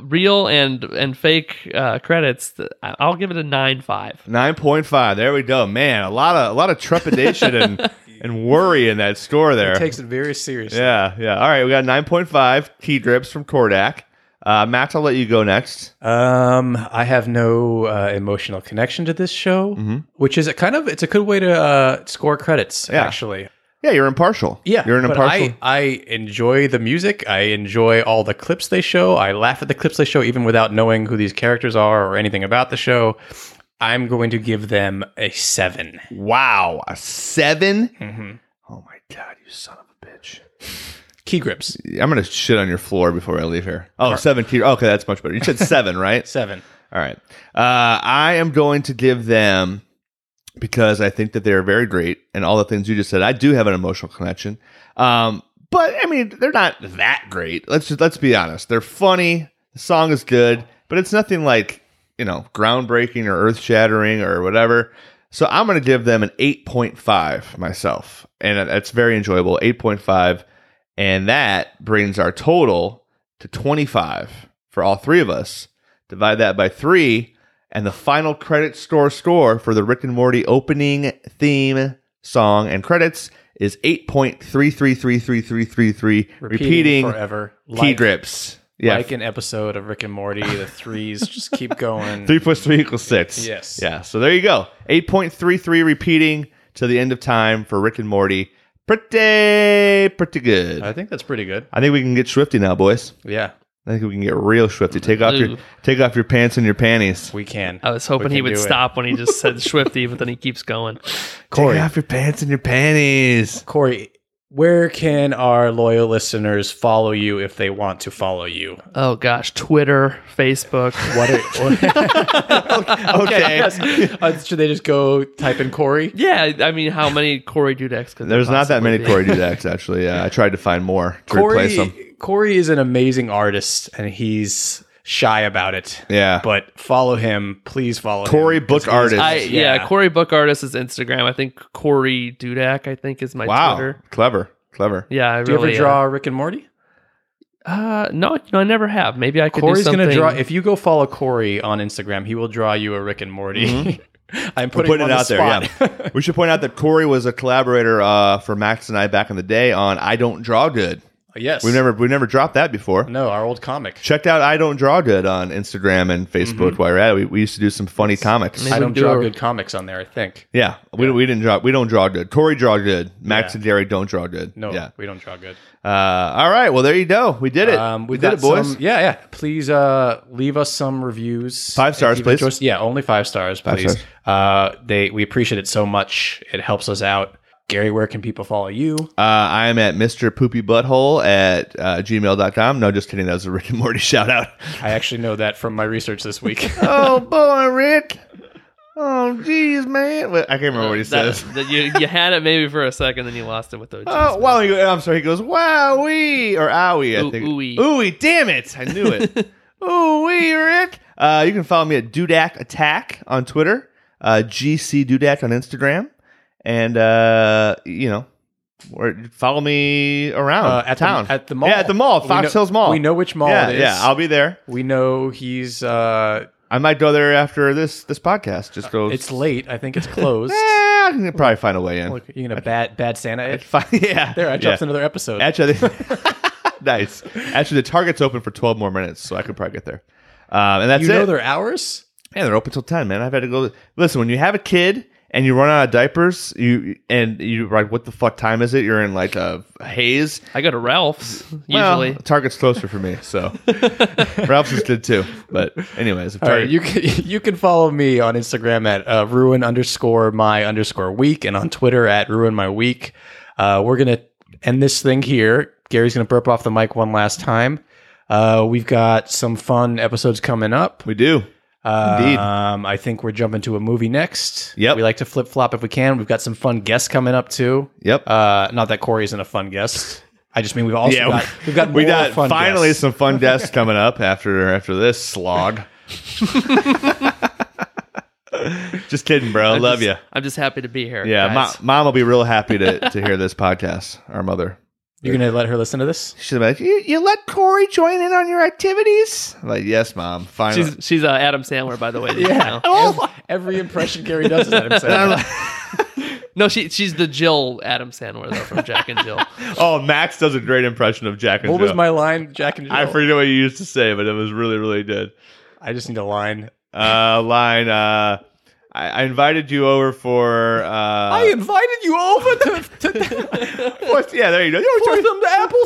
D: real and and fake uh, credits, th- I- I'll give it a nine five.
B: Nine point five. There we go, man. A lot of a lot of trepidation and and worry in that score there.
A: It takes it very seriously.
B: yeah, yeah. All right, we got nine point five key drips from Kordak. Uh, Max, I'll let you go next.
A: Um, I have no uh, emotional connection to this show,
B: Mm-hmm.
A: which is a kind of it's a good way to uh, score credits.
B: Yeah.
A: Actually,
B: Yeah, you're impartial.
A: yeah,
B: you're an
A: but
B: impartial.
A: I, I enjoy the music. I enjoy all the clips they show. I laugh at the clips they show, even without knowing who these characters are or anything about the show. I'm going to give them a seven.
B: wow, a 7
A: Mm-hmm.
B: Oh my god, you son of a bitch!
A: Key grips,
B: I'm gonna shit on your floor before I leave here. Oh, seven key. Okay, that's much better. You said seven, right?
A: seven.
B: All right. Uh, I am going to give them because I think that they are very great and all the things you just said. I do have an emotional connection. Um, but I mean, they're not that great. Let's just, let's be honest. They're funny. The song is good, but it's nothing like, you know, groundbreaking or earth shattering or whatever. So I'm going to give them an 8.5 myself. And that's very enjoyable. 8.5. And that brings our total to 25 for all three of us. Divide that by three, and the final credit score score for the Rick and Morty opening theme song and credits is 8.33333333, repeating,
A: forever.
B: key
A: like,
B: grips. Yeah.
A: like an episode of Rick and Morty. The threes just keep going.
B: three plus three equals six.
A: Yes.
B: Yeah. So there you go. 8.33 repeating to the end of time for Rick and Morty. Pretty, pretty good.
A: I think that's pretty good.
B: I think we can get swifty now, boys.
A: Yeah,
B: I think we can get real swifty. Take off your
D: Ooh.
B: take off your pants and your panties.
A: we can.
D: I was hoping
A: We
D: he
A: can
D: would
A: do it.
D: stop when he just said Swifty, but then he keeps going.
A: Corey.
B: Take off your pants and your panties.
A: Corey, where can our loyal listeners follow you if they want to follow you?
D: Oh gosh, Twitter, Facebook.
A: What? Are,
B: okay.
A: Uh, should they just go type in Corey?
D: Yeah, I mean, how many Corey Dudeks? Could there
B: There's not that
D: possibly
B: many
D: be?
B: Corey Dudeks, actually. Yeah, I tried to find more to replace them.
A: Corey, Corey is an amazing artist, and he's shy about it.
B: Yeah.
A: But follow him, please follow
B: Corey
A: him, 'cause
B: Book Artist.
D: I,
A: he's-
D: yeah. Corey Book Artist is Instagram. I think Corey Dudek. I think is my
B: wow.
D: Twitter.
B: Clever. Clever.
D: Yeah, I
A: Do you
D: really
A: ever
D: uh,
A: draw Rick and Morty?
D: Uh, no, no, I never have. Maybe I could.
A: Corey's
D: do
A: gonna
D: something.
A: draw. If you go follow Corey on Instagram, he will draw you a Rick and Morty. I'm putting,
B: Mm-hmm. Putting
A: him
B: it
A: on
B: out
A: the
B: there. Yeah.
A: spot.
B: we should point out that Corey was a collaborator uh, for Max and I back in the day on I Don't Draw Good.
A: yes.
B: We've never we never dropped that before.
A: No, our old comic.
B: Checked out I Don't Draw Good on Instagram and Facebook while you're at it. We, we used to do some funny comics.
A: I don't
D: do
A: draw
D: a-
A: good comics on there. I think.
B: yeah, we, we didn't draw. We don't draw good. Corey draw good. Max
A: Yeah.
B: and Gary don't draw good.
A: No,
B: Yeah.
A: we don't draw good. Um,
B: Uh, all right. Well, there you go. We did it. we did
A: got
B: it, boys.
A: Some, yeah, yeah. Please uh, leave us some reviews.
B: Five
A: If
B: stars,
A: you've
B: please.
A: enjoyed- yeah, only five stars, please.
B: stars.
A: Uh, they we appreciate it so much. It helps us out. Gary, where can people follow you?
B: Uh, I am at Mr. Poopy Butthole at uh, gmail.com. No, just kidding. That was a Rick and Morty shout out.
A: I actually know that from my research this week.
B: oh, boy, Rick. Oh, jeez, man. Wait, I can't remember what he
D: That,
B: says.
D: that you, you had it maybe for a second, then you lost it with those.
B: Oh, wow. He, I'm sorry. He goes, wowee. Or owie, I
D: Ooh,
B: think.
D: ooey.
B: Ooey, damn it. I knew it. ooey, Rick. Uh, you can follow me at Dudak Attack on Twitter, uh, GC Dudak on Instagram. And, uh, you know, or follow me around
A: Uh, at the-
B: town
A: at the mall.
B: Yeah, at the mall,
A: We
B: Fox
A: know-
B: Hills Mall.
A: we know which mall
B: Yeah,
A: it is.
B: yeah. I'll be there.
A: we know he's. Uh,
B: I might go there after this this podcast. Just go.
A: it's late. I think it's closed.
B: Eh, I can probably find a way in.
A: Look, you're gonna bad bad Santa. It?
B: Fi- yeah,
A: There, I dropped
B: yeah.
A: another episode.
B: Actually, I think- nice. Actually, the Target's open for twelve more minutes, so I could probably get there. Um, and that's
A: you
B: it.
A: know their hours.
B: Yeah, they're open till ten, man. I've had to go. Listen, when you have a kid and you run out of diapers, you and you like, what the fuck time is it? You're in like a haze.
D: I go to Ralph's
B: Well,
D: usually.
B: Target's closer for me, so Ralph's is good too. But anyways, if
A: All right,
B: Target-
A: you can you can follow me on Instagram at uh, ruin underscore my underscore week and on Twitter at ruin my week. Uh, we're gonna end this thing here. Gary's gonna burp off the mic one last time. Uh, we've got some fun episodes coming up.
B: we do. Indeed.
A: Um, I think we're jumping to a movie next.
B: Yep.
A: We like to flip flop if we can. We've got some fun guests coming up too.
B: Yep.
A: Uh, not that Corey isn't a fun guest. I just mean we've also
B: yeah,
A: got we've got
B: we
A: more
B: got
A: fun
B: finally
A: guests.
B: some fun guests coming up after after this slog. Just kidding, bro. Love
D: Just-
B: you.
D: I'm just happy to be here.
B: Yeah,
D: guys.
B: mo- mom will be real happy to, to hear this podcast. Our mother.
A: You're gonna let her listen to this?
B: She's like, you, you let Corey join in on your activities? I'm like, yes, mom. Finally.
D: she's she's uh, Adam Sandler by the way. yeah.
A: Every impression Gary does is Adam
B: And I'm
A: Sandler.
B: like,
D: No, she she's the Jill Adam Sandler though from Jack and Jill.
B: oh, Max does a great impression of Jack and
A: What
B: Jill.
A: was my line, Jack and Jill?
B: I forget what you used to say, but it was really, really good.
A: I just need a line.
B: Uh, line, uh, I, I invited you over for. Uh,
A: I invited you over to, to,
B: what's- yeah, there you go. You know what
A: for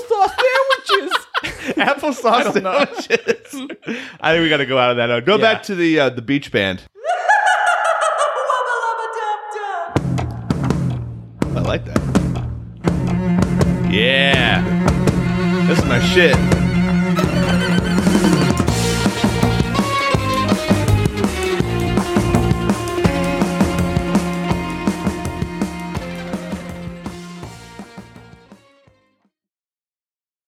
B: you're-
A: some applesauce sandwiches.
B: applesauce
A: don't know.
B: sandwiches. I think we got to go out of that. note. Go back to the uh, the beach band. I like that. Yeah, this is my shit.